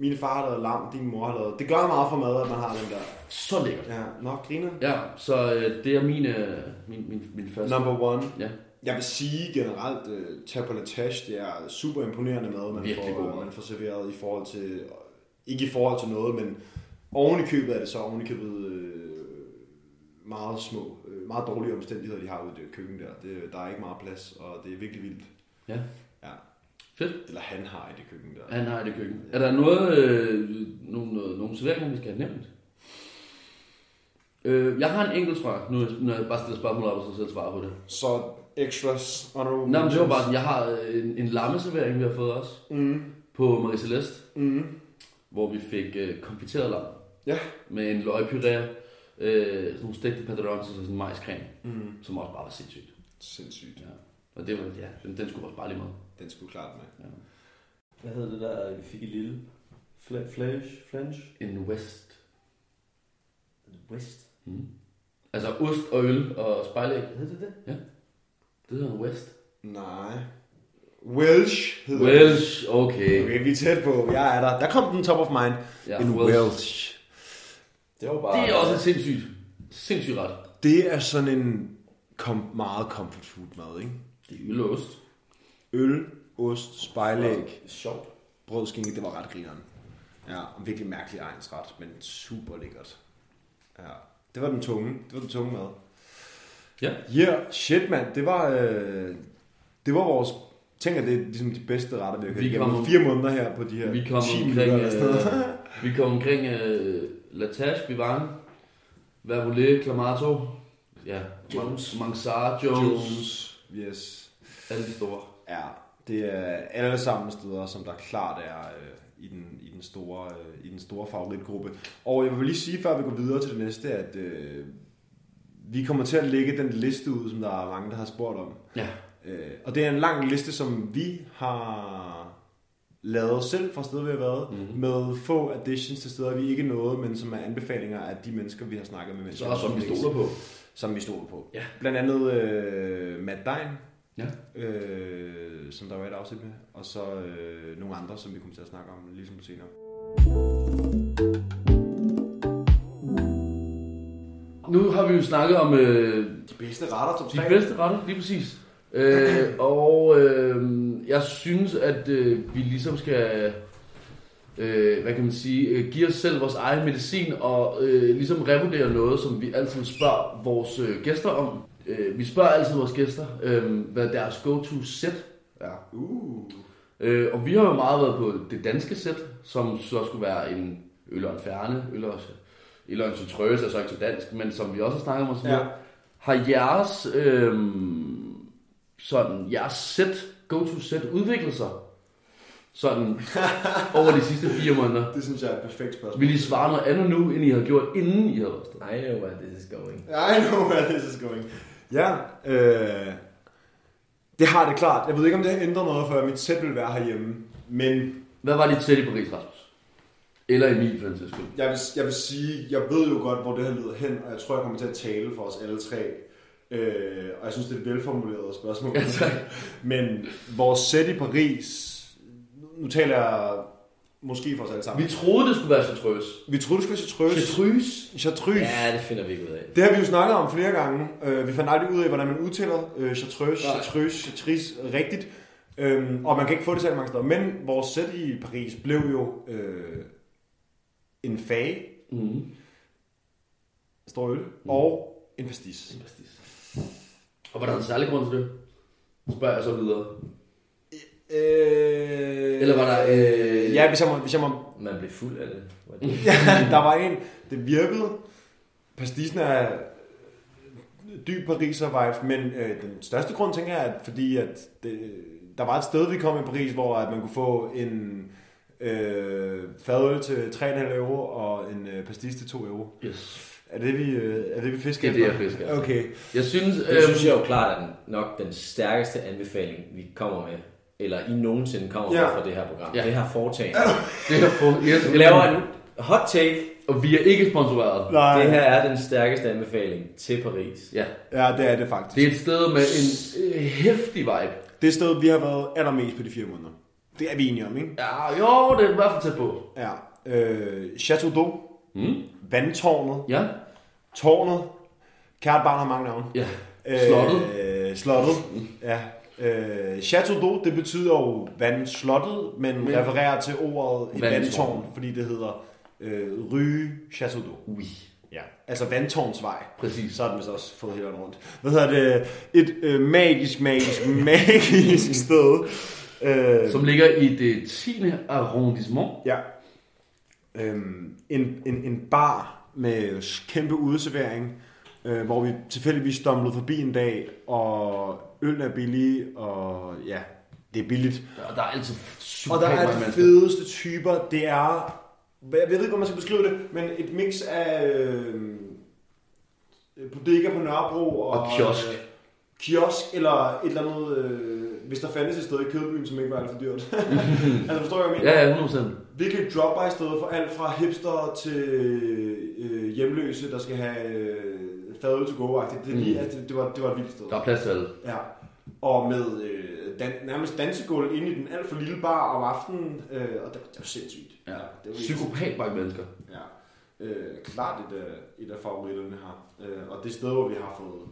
min far har lavet lam, din mor har lavet. Det gør meget for mad, at man har den der. så lækkert. Ja, nok griner. Ja, så øh, det er min, øh, min, min, min første. Number one. Ja. Jeg vil sige generelt, uh, tag på Latash, det er super imponerende mad, man Virkelig får, øh, god mad. man får serveret i forhold til, øh, ikke i forhold til noget, men oven i købet er det så oven i købet øh, meget små, øh, meget dårlige omstændigheder, de har ude i det køkken der. Det, der er ikke meget plads, og det er virkelig vildt. Ja. Ja. Fedt. Eller han har i det køkken der. Han har det køkken. Er der noget, øh, nogle, noget, nogle serveringer, vi skal have nævnt? Øh, jeg har en enkelt, tror jeg, nu når jeg bare stiller spørgsmål op, og så selv svarer på det. Så extras, honorable Nej, men det var mentions. bare sådan, jeg har øh, en, en lammeservering, vi har fået også, Mm, på Marie Celeste, mm. hvor vi fik øh, konfiteret lam Ja. med en løgpuré, øh, sådan nogle stegte padrons og sådan en majscreme, Mm. som også bare var sindssygt. Sindssygt. Ja. Og det var, ja, den, den skulle også bare lige med. Den skulle klart med. Hvad hedder det der, vi fik i Lille? Fl- flash? Flange? En West. West? Mm. Altså ost og øl og spejlæg. Hed det det? Det hedder en West. Nej. Welsh hedder det. Welsh, okay. Okay, vi er tæt på. Jeg er der. Der kom den top of mind. Ja, en Welsh. Welsh. Det var bare... Det er også en sindssygt, sindssygt ret. Det er sådan en kom, meget comfort food mad, ikke? Det er øl og ost. Øl, ost, spejlæg, Sjovt. brødskinke, det var ret grineren. Ja, og virkelig mærkelig egensret, men super lækkert. Ja, det var den tunge, det var den tunge mad. Ja. Yeah, shit mand, det var, øh, det var vores, tænker det er ligesom de bedste retter, vi har Vi kørt igennem kommer- fire måneder her på de her Vi kom 10 omkring, minutter. Øh, øh, vi kom omkring øh, Latash, Bivan, Vervole, Clamato, ja, Jones, Mansard, Jones, Jones, Jones, yes. alle de store. Ja, det er alle sammen steder, som der klart er øh, i, den, i, den store, øh, i den store favoritgruppe. Og jeg vil lige sige, før vi går videre til det næste, at øh, vi kommer til at lægge den liste ud, som der er mange, der har spurgt om. Ja, Øh, og det er en lang liste, som vi har lavet selv fra steder, vi har været, Mhm. mm-hmm. med få additions til steder, vi ikke nåede, men som er anbefalinger af de mennesker, vi har snakket med. så er der som vi stoler på. Som vi stoler på. Ja. Blandt andet øh, Matt Dein, Ja. øh, som der var et afsnit med, og så øh, nogle andre, som vi kommer til at snakke om ligesom senere. Nu har vi jo snakket om øh, De bedste retter, top De bedste retter, lige præcis. Øh, og øh, jeg synes, at øh, vi ligesom skal, øh, hvad kan man sige, øh, give os selv vores egen medicin og øh, ligesom revurdere noget, som vi altid spørger vores øh, gæster om. Øh, vi spørger altid vores gæster, øh, hvad deres go-to-set er. Uh. Øh, og vi har jo meget været på det danske sæt, som så skulle være en øl og en færne, øl og øl og en citrøs, altså ikke så dansk, men som vi også har snakket om og sådan Ja. noget. Har jeres, øh, sådan, jeres sæt, go-to sæt, udviklet sig sådan over de sidste fire måneder? Det synes jeg er et perfekt spørgsmål. Vil I svare noget andet nu, end I har gjort, inden I havde været afsted? I know where this is going. I know where this is going. Ja, øh, det har det klart. Jeg ved ikke, om det har ændret noget, for mit sæt vil være herhjemme. Men Hvad var dit sæt i Paris, Rasmus? Eller Emil, for den sags skyld? jeg vil, jeg vil sige, jeg ved jo godt, hvor det her leder hen, og jeg tror, jeg kommer til at tale for os alle tre. Øh, og jeg synes, det er et velformuleret spørgsmål. Ja, tak. Men vores sæt i Paris, nu taler jeg måske for os alle sammen. Vi troede, det skulle være citrøs. Vi, vi troede, det skulle være chartreuse. Citrøs? Chartreuse. Ja, det finder vi ikke ud af. Det har vi jo snakket om flere gange. Øh, vi fandt aldrig ud af, hvordan man udtaler øh, chartreuse, Nej. chartreuse, chartreuse rigtigt. Øhm, og man kan ikke få det særlig mange steder. Men vores sæt i Paris blev jo øh, en fag, Mm. en stor øl, mm. og en pastis. Og var der en særlig grund til det? Spørger jeg så videre. Øh, Eller var der, øh, Ja, hvis jeg, må, hvis jeg må... Man blev fuld af det. Var det- <laughs> Øhm. der var en, det virkede. Pastisen er dyb pariser vibe, men øh, den største grund, tænker jeg, er, at fordi at det, der var et sted, vi kom i Paris, hvor at man kunne få en øh, fadøl til 3,5 euro og en øh, pastis til 2 euro. Yes. Er det, vi, øh, er det, vi fisker Det er det, jeg efter? fisker efter. Okay. Jeg synes, øh, Det synes jeg jo klart er den, nok den stærkeste anbefaling, vi kommer med, eller I nogensinde kommer Ja. med fra det her program. Ja. Det her foretagende. det her for, yes, Vi laver en hot take. og vi er ikke sponsoreret. Nej, Det her er den stærkeste anbefaling til Paris. Ja, ja, det er det faktisk. det Det, er et sted med en øh, hæftig vibe. det er sted, vi har været allermest på de fire måneder. Det er vi enige om, ikke? Ja, jo, det er i hvert fald tæt på. Ja. Øh, Chateau d'Eau, Mm. Vandtårnet, Ja, Tårnet. Kært barn har mange navne. ja. Slottet. Øh, slottet, ja. Øh, Chateau d'eau, det betyder jo vandslottet, men, Men- men refererer til ordet et Vandtårn. vandtårn, fordi det hedder øh, Rue Chateau d'eau. Ui, Ja. Altså vandtårnsvej. præcis. Så har den vist også fået hele vejen rundt. Hvad hedder det? Et øh, magisk, magisk, <laughs> magisk sted. Øh, Som ligger i det 10. arrondissement. ja. Øhm, en, en, en bar med kæmpe udeservering, øh, hvor vi tilfældigvis stumlede forbi en dag, og øl er billig, og ja, det er billigt. Og der er altid super Og der er mange de mennesker. fedeste typer, det er, jeg ved ikke, hvordan man skal beskrive det, men et mix af øh, bodega på Nørrebro og, Og kiosk. øh, kiosk eller et eller andet, øh, hvis der fandtes et sted i Kødbyen, som ikke var alt for dyrt. <laughs> altså forstår jeg, hvad jeg mener? Ja, ja, 100%. Virkelig et drop-by sted for alt fra hipster til øh, hjemløse, der skal have øh, fadøl til go det, det, Mm. mm. altså, det, var, det var et vildt sted. Der er plads til alle. Ja. Og med øh, dan- nærmest dansegulv inde i den alt for lille bar om aftenen, øh, og det, det var sindssygt. Ja. det var Psykopat mange mennesker. Ja. Øh, klart et, af- et af favoritterne her. Øh, og det sted, hvor vi har fået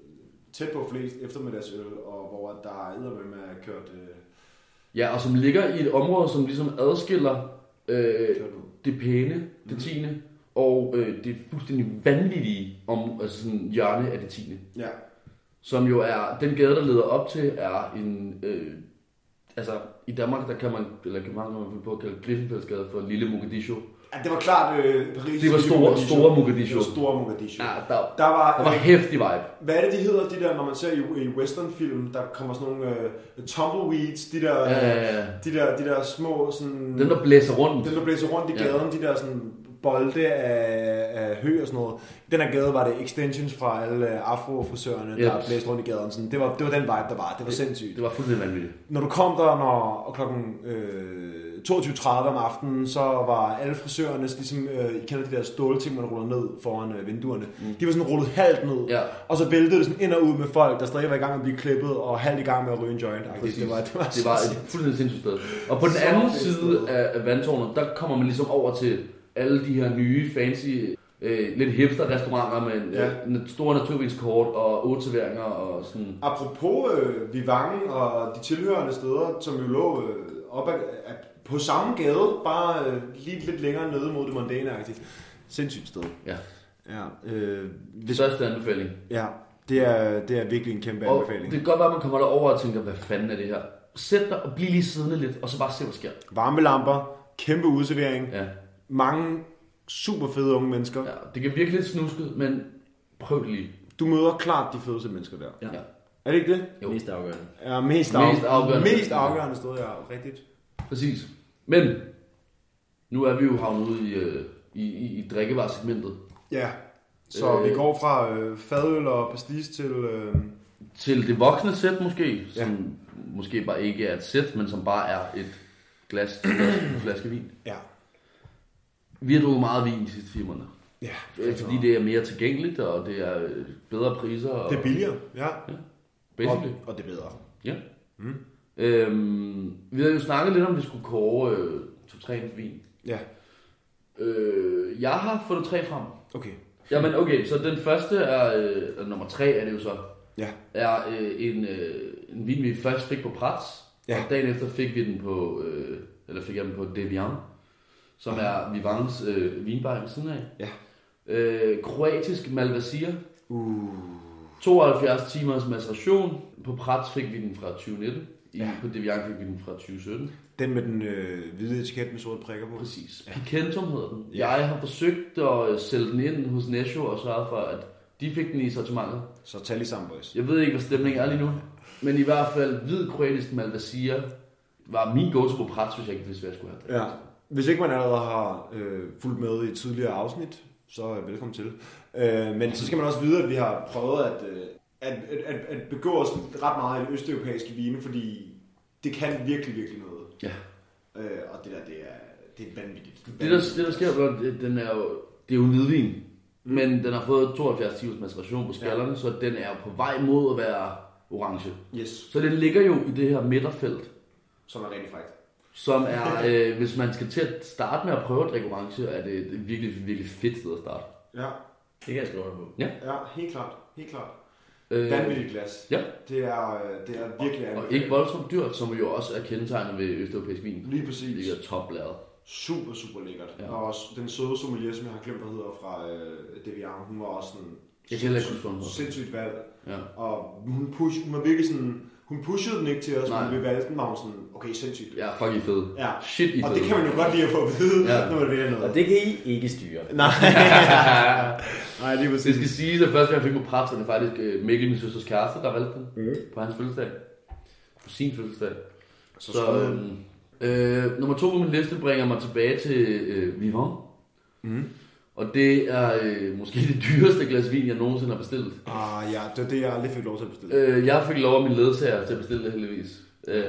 øh, tæt på flest eftermiddagsøl, og hvor at der er med med at kørt, øh, Ja, og som ligger i et område, som ligesom adskiller øh, kørt ud. det pæne, Mhm. det tiende, og øh, det fuldstændig vanvittige om, altså sådan hjørne af det tiende. Ja. Som jo er, den gade, der leder op til, er en, øh, altså i Danmark, der kan man, eller kan man, man på at kalde Griffenfeldsgade for Lille Mogadishu. ja. det var klart øh, Paris. Det var store- store Mogadishu. Det var store Mogadishu. Ja, Ja. Ah, der, Der var, der var hæftig vibe. Hvad er det, de hedder, de der, når man ser i, i westernfilm, der kommer sådan nogle øh, tumbleweeds, de der, Ja, ja, ja. de der, de der små sådan... Dem, der blæser rundt. Den, der blæser rundt i Ja. gaden, de der sådan bolde af, af hø og sådan noget. Den her gade var det extensions fra alle øh, afrofrisørerne, yep. der Yes. blæste rundt i gaden. Sådan, det, var, det var den vibe, der var. Det var sindssygt. Det var fuldstændig vanvittigt. Når du kom der når, og klokken øh, 22.30 om aftenen, så var alle frisørerne, ligesom, øh, I kender de der stålting, man ruller ned foran øh, vinduerne, mm. de var sådan rullet halvt ned. Ja. Og så væltede det sådan ind og ud med folk, der stadig var i gang med at blive klippet, og halvt i gang med at ryge en joint. Præcis. Det var, det var, Det var et fuldstændig sindssygt sted. Og på den Så anden fedt side sted. af, af vandtårnet, der kommer man ligesom over til alle de her nye, fancy, øh, lidt hipster-restauranter med Ja. ja. øh, store naturvinskort og oteserveringer og sådan. Apropos øh, Vivang og de tilhørende steder, som jo lå øh, op ad, ad, på samme gade, bare øh, lige lidt længere nede mod det mondæne-agtigt. Sindssygt sted. Ja, Ja, øh, det hvis, største anbefaling. ja det, er, det er virkelig en kæmpe Og anbefaling. det kan godt være, at man kommer derover og tænker, hvad fanden er det her? Sæt dig og bliv lige siddende lidt, og så bare se, hvad sker. Varmelamper, kæmpe udservering, ja. Ja. mange super fede unge mennesker. Ja. ja. Det kan virke lidt snusket, men prøv det lige. Du møder klart de fedeste mennesker der. Ja. Er det ikke det? Jo. Mest afgørende. Ja, mest, Mest afgørende. Mest afgørende sted, ja. Rigtigt. Præcis. Men nu er vi jo havnet ude i, øh, i, i, i drikkevaresegmentet. Ja, så Øh. øh, vi går fra øh, fadøl og pastis til... Øh, til det voksne sæt måske, som Ja. måske bare ikke er et sæt, men som bare er et glas til en flaske vin. ja, Vi har drukket meget vin de sidste fire måneder. Ja, Øh, Fordi det er mere tilgængeligt, og det er øh, bedre priser. Og det er billigere, ja. Og, Basically, og det er bedre. ja. Mm. Øhm, vi havde jo snakket lidt om, at vi skulle kåre øh, top 3 vin. Ja, Øh, jeg har fundet tre frem. okay. Jamen okay, så den første er, øh, og nummer tre er det jo så, Ja, er øh, en, øh, en vin, vi først fik på Prats, ja. Ja. og dagen efter fik vi den på, øh, eller fik jeg den på Devian, som er Vivans øh, vinbar ved siden af. Ja. Øh, kroatisk Malvasier. Uh. 72 timers maceration. På Prats fik vi den fra 2019. I, ja. Ja. På Devian fik vi den fra 2017. den med den øh, hvide etiket med sorte prikker på. Præcis. Pikentum hedder den. Ja. Ja. Jeg har forsøgt at øh, sælge den ind hos Nesho og sørge for, at de fik den i sortimentet. Så tag lige sammen, boys. Jeg ved ikke, hvad stemningen er lige nu, men i hvert fald hvid kroatisk Malvasia var min go-to på pres, hvis jeg ikke vidste, hvad jeg skulle have. Ja. Hvis ikke man allerede har øh, fulgt med i tidligere afsnit, så øh, velkommen til. Øh, men så skal man også vide, at vi har prøvet at, øh, at, at, at, at begå os ret meget i det østeuropæiske vine, fordi det kan virkelig, virkelig noget. Ja. Øh, og det der, det er, det er vanvittigt. Det, der, det, der sker, blot, det- den er jo, det er jo hvidvin, men den har fået 72 timers maceration på skallerne, så den er jo på vej mod at være orange. Yes, Så den ligger jo i det her midterfelt, som er rigtig frækt. som er, øh, hvis man skal til at starte med at prøve at drikke orange, er det et virkelig, virkelig fedt sted at starte. Ja, Det kan jeg skrive under på. ja, helt klart, helt klart. Øh, Vanvittigt glas. ja, Det er, øh, det er virkelig og anbefalet. ikke voldsomt dyrt, som jo også er kendetegnet ved østeuropæisk vin. Lige Det præcis. ligger topladet. Super, super lækkert. Ja. Ja. Og også den søde sommelier, som jeg har glemt, hvad hedder fra øh, Devian, hun var også sådan Jeg kan heller ikke huske, hvad hun hedder. sindssygt valg. Ja. Og hun push, hun var virkelig sådan, hun pushede den ikke til os, Nej. men vi valgte den, og hun var sådan, okay, sindssygt. Ja, fuck, I er fede. Ja. Shit, I er Og fede. det kan man jo godt lige få at vide, Ja. når man vælger noget. Og det kan I ikke styre. Nej. <laughs> Nej, det er Det præcis. skal siges, at første gang jeg fik på Praps, det er faktisk øh, Mikkel, min søsters kæreste, der valgte den. Mm. På hans fødselsdag. På sin fødselsdag. Så, så øhm, øh, nummer to på min liste bringer mig tilbage til øh, Vivant. Mm. Og det er øh, måske det dyreste glas vin, jeg nogensinde har bestilt. Ah, ja, det var det, jeg aldrig fik lov til at bestille. Øh, jeg fik lov af min ledsager til at bestille det heldigvis. Øh,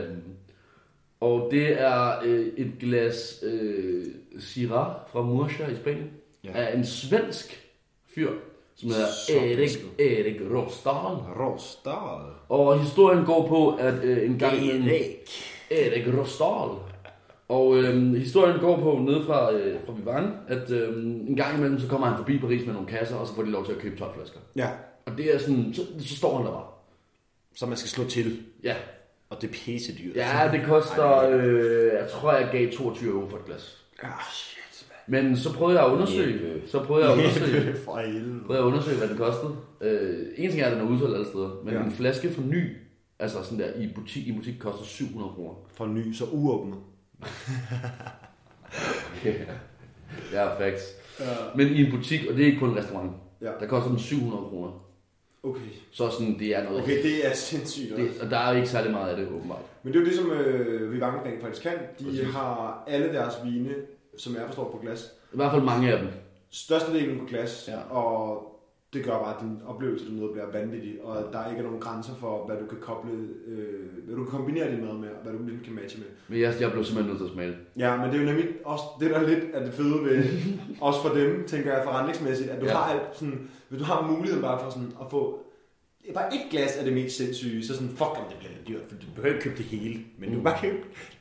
og det er øh, et glas øh, Syrah fra Murcia i Spanien. Ja. Af en svensk fyr, som hedder Erik, Erik Rostal. Rostal. Og historien går på, at øh, en gang... Erik. Erik Rostal. Og øh, historien går på, nede fra, øh, fra Vivant, at øh, en gang imellem, så kommer han forbi Paris med nogle kasser, og så får de lov til at købe 12 flasker. Ja, Og det er sådan, så, så står han der bare. så man skal slå til. Ja, Og det er pisse dyrt. Ja, Altså, det koster, øh, jeg tror, jeg gav 22 euro for et glas. Ah, shit, mand. Men så prøvede jeg at undersøge, så prøvede jeg <laughs> at undersøge, <laughs> For helvede. prøvede jeg at undersøge hvad den kostede. Øh, en ting er, at den er udsolgt alle steder, men Ja. ja. en flaske for ny, altså sådan der i butik, i butik koster 700 kroner. For ny, så uåbnet. Ja, facts. Ja. Men i en butik, og det er ikke kun en restaurant, Ja. ja. der koster den 700 kroner. Okay. Så sådan, det er noget. Okay, det er sindssygt også. Det, og der er ikke særlig meget af det, åbenbart. Men det er jo det, som øh, Vivant rent faktisk kan. De Præcis. har alle deres vine, som er forstår på glas. I hvert fald mange af dem. Størstedelen på glas, Ja. og det gør bare, at din oplevelse af noget bliver vanvittig, og at der ikke er nogen grænser for, hvad du kan koble, øh, hvad du kan kombinere din mad med, og hvad du ligesom kan matche med. Men jeg, jeg blev simpelthen nødt til at smage det. Ja, men det er jo nemlig også det, der er lidt af det fede <laughs> ved, også for dem, tænker jeg forretningsmæssigt, at du ja. Ja. har alt sådan, hvis du har muligheden bare for sådan at få bare et glas af det mest sindssyge, så sådan, fuck om det bliver lidt dyrt, for du behøver ikke købe det hele, men du kan bare købe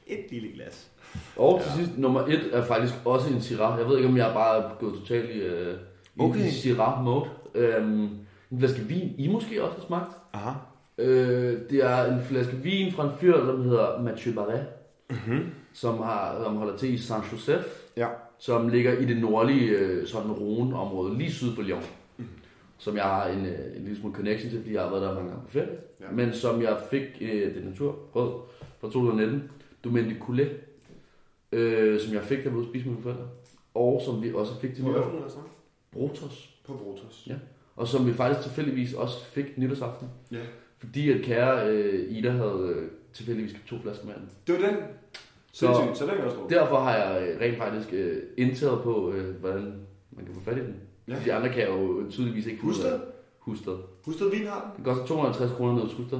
et lille glas. Og til sidst, nummer et er faktisk også en Syrah. Jeg ved ikke, om jeg bare er gået totalt i, øh, okay. Okay. i Syrah-mode. Øhm, en flaske vin, I måske også har smagt. Aha. Øh, det er en flaske vin fra en fyr, der hedder Mathieu Barret, mm-hmm. som, har, som holder til i Saint-Joseph, Ja. som ligger i det nordlige øh, sådan Rhône-område, lige syd for Lyon. Som jeg har en, øh, en lille smule connection til, fordi jeg har været der mange gange på ferie. Ja. Ja. Men som jeg fik, øh, det er naturbrød fra 2019, Domaine de Coulet, øh, som jeg fik, da jeg var ude at spise med mine forældre. Og som vi også fik til På nytår, øvrigt, altså. Brotos. På Brotos. Ja. Og som vi faktisk tilfældigvis også fik nytårsaften. Ja. Fordi at kære øh, Ida havde øh, tilfældigvis købt to flasker med den. Det var den. Så- Sindssygt, så den er også stor. Derfor har jeg øh, rent faktisk øh, indtaget på, øh, hvordan man kan få fat i den. Ja. Ja. De andre kan jeg jo tydeligvis ikke Husted? af Husted. Husk du, vin har den? Det koster 250 kroner ned hos Husted.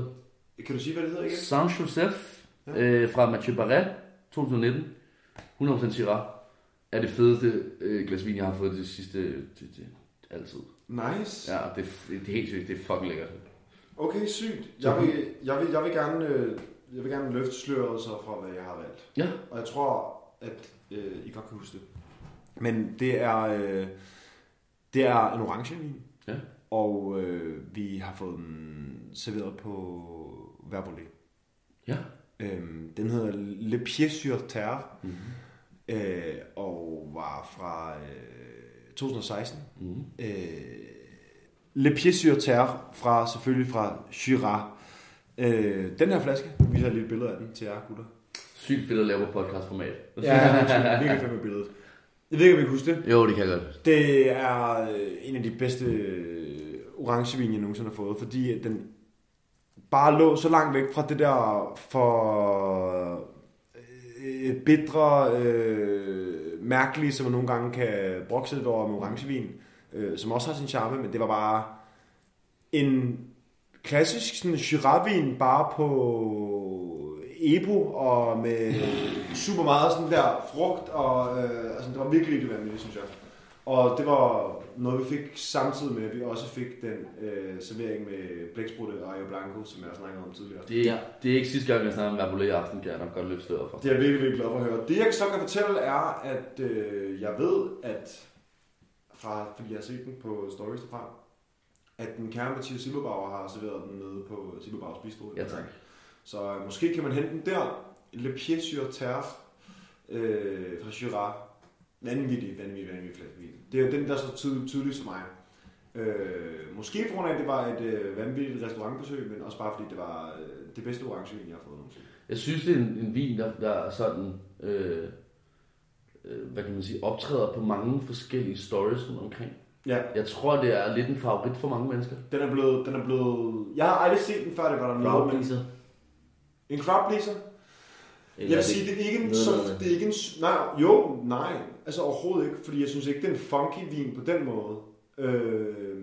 Kan du sige, hvad det hedder igen? Saint Joseph øh, fra Mathieu Barret 2019. 100% Syrah er det fedeste øh, glas vin, jeg har fået det sidste det, det, altid. Nice. Ja, det, det, det er helt sygt. Det er fucking lækkert. Okay, sygt. Jeg vil, jeg vil, jeg vil gerne... øh, Jeg vil gerne løfte sløret så fra, hvad jeg har valgt. Ja, Og jeg tror, at øh, I godt kan huske det. Men det er, øh, det er en orangevin. Ja. Og øh, vi har fået den serveret på Verbolé. ja. Øhm, den hedder Le Pied sur Terre. Mm-hmm. Øh, og var fra øh, 2016. Mm-hmm. Øh, Le Pied sur Terre, fra, selvfølgelig fra Jura. Øh, den her flaske, vi viser lige et billede af den til jer gutter. Sygt fedt at lave på podcastformat. Ja, virkelig fedt med billedet. Jeg ved ikke, om I kan huske det. Jo, det kan jeg godt. Det er øh, en af de bedste øh, orangevin, jeg nogensinde har fået, fordi at den bare lå så langt væk fra det der for øh, bitre, øh, mærkelige, som man nogle gange kan brokse lidt over med orangevin, øh, som også har sin charme, men det var bare en klassisk sådan Shiravin bare på Ebo og med super meget sådan der frugt og øh, altså, det var virkelig det vanvittigt, synes jeg. Og det var noget, vi fik samtidig med, at vi også fik den øh, servering med blæksprutte og Ayo Blanco, som jeg har snakket om tidligere. Det, er, det er ikke sidste gang, jeg snakker om Verbolé i aften, kan jeg nok godt løbe støder for. Det er jeg virkelig, virkelig glad for at høre. Det jeg så kan fortælle er, at øh, jeg ved, at fra, fordi jeg har set den på stories derfra, at den kære Mathias Silberbauer har serveret den nede på Silberbauers Bistro. Ja, tak. Så øh, måske kan man hente den der. Le Pied sur Terre øh, fra Jura. Vanvittig, vanvittig, vanvittig flaske vin. Det er den, der står tydeligt, tydeligt for mig. Øh, måske på grund af, at det var et øh, vanvittigt restaurantbesøg, men også bare fordi det var øh, det bedste orangevin, jeg har fået nogensinde. Jeg synes, det er en, en vin, der, der er sådan, øh, øh, hvad kan man sige, optræder på mange forskellige stories rundt omkring. Ja, Jeg tror, det er lidt en favorit for mange mennesker. den er blevet... Den er blevet jeg har aldrig set den før, det var der noget, men Crowdpleaser. en crowd pleaser. Eller Jeg vil er sige, det er ikke en, noget, så, der er- det er ikke en, s- nej, jo, nej, altså overhovedet ikke, fordi jeg synes ikke, det er en funky vin på den måde. Øh,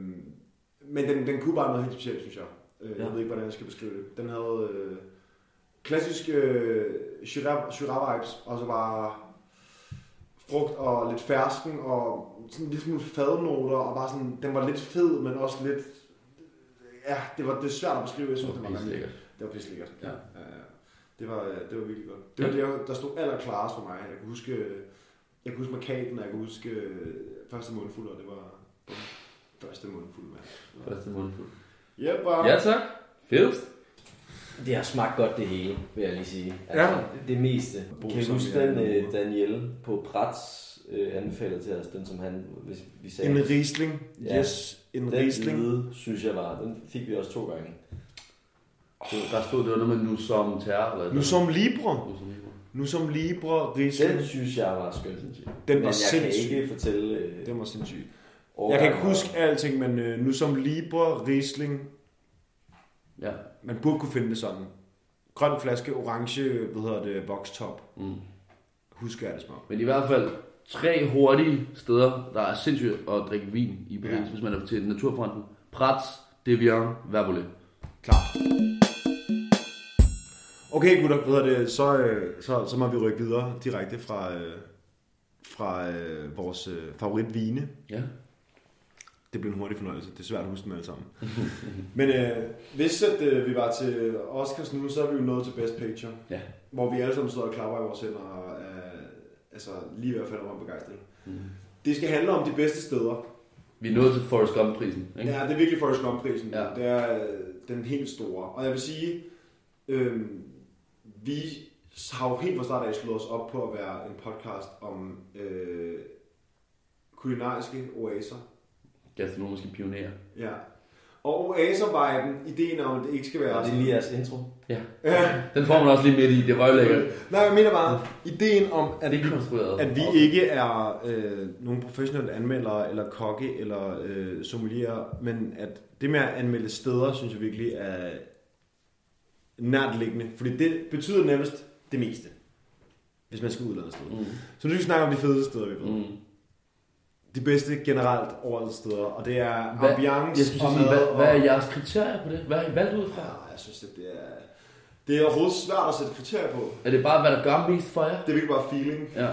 men den, den kunne bare noget helt specielt, synes jeg. Øh, ja. Ja. Jeg ved ikke, hvordan jeg skal beskrive det. Den havde øh, klassisk øh, Syrah, Syrah vibes, og så bare frugt og lidt fersken, og sådan en lille smule fadnoter, og bare sådan, den var lidt fed, men også lidt, ja, det var det er svært at beskrive, jeg synes, det var Det er lækkert. det var pisse lækkert. Ja. Ja. ja. ja. Det, var, øh, det var virkelig godt. Det var ja. det, der stod allerklarest for mig. Jeg kunne huske, øh, jeg kunne huske markaten, og jeg kunne huske øh, første mundfuld, og det var bum, første mundfuld, mand. Første mundfuld. Yep, og... Ja tak. Fedest. Det har smagt godt det hele, vil jeg lige sige. Altså, Ja. Det meste. Bo, Kan I som huske jeg den er nu. øh, Danielle på Prats øh, anbefaler til os, den som han, hvis vi sagde, En risling. Ja. Yes, en den risling. hvide, synes jeg var, den fik vi også to gange. Det- Der stod, det var noget med nu som terror. Eller Nu som Libre. Nu som Libra. Nu som Libre risling. Den synes jeg var skøn. Den Men var jeg sindssyg. kan ikke fortælle... Øh, Den var sindssyg. Jeg årgangen. kan ikke huske alting, men øh, nu som Libre risling. Ja. Man burde kunne finde det sådan. Grøn flaske, orange, hvad hedder det, boxtop. Mm. Husker jeg det smag. Men i hvert fald tre hurtige steder, der er sindssygt at drikke vin i Paris, Ja. ja. hvis man er til Naturfronten. Prats, Devian, Verbolé. Klart. Okay, gutter, hvad hedder det, så, øh, så, så må vi rykke videre direkte fra, øh, fra øh, vores øh, favoritvine. Ja. Det blev en hurtig fornøjelse. Det er svært at huske dem alle sammen. Men øh, hvis at, øh, vi var til Oscars nu, så er vi jo nået til Best Picture. Ja. Hvor vi alle sammen sidder og klapper i vores hænder og øh, altså, lige i hvert fald over begejstring. Mm. Det skal handle om de bedste steder. Vi er nået til Forrest Gump-prisen, ikke? Ja, det er virkelig Forrest Gump-prisen. Ja. Det er øh, den helt store. Og jeg vil sige, øh, vi har jo helt fra start af slået os op på at være en podcast om øh, kulinariske oaser. Gastronomiske pionerer. Ja. Og oaser-viben, ideen om, at det ikke skal være... Og det er lige jeres intro. Ja. Den får man også lige midt i, det er røvlækkert. Nej, jeg mener bare, ideen om, Er at, det ikke konstrueret? at vi ikke er øh, nogen professionelle anmeldere, eller kokke, eller øh, sommelier, men at det med at anmelde steder, synes jeg virkelig er nærtliggende. Fordi det betyder nærmest det meste, hvis man skal ud et eller andet sted. Mm. Så nu skal vi snakke om de fedeste steder, vi ved. Mm. Mm. De bedste generelt over alle steder, og det er Hvad- ambiance Jeg skulle og sige, mad hvad, og- hvad er jeres kriterier på det? Hvad har I valgt ud fra? Ja, jeg synes, at det er... Det er overhovedet svært at sætte kriterier på. Er det bare, hvad der gør mest for jer? Det er virkelig bare feeling. Ja.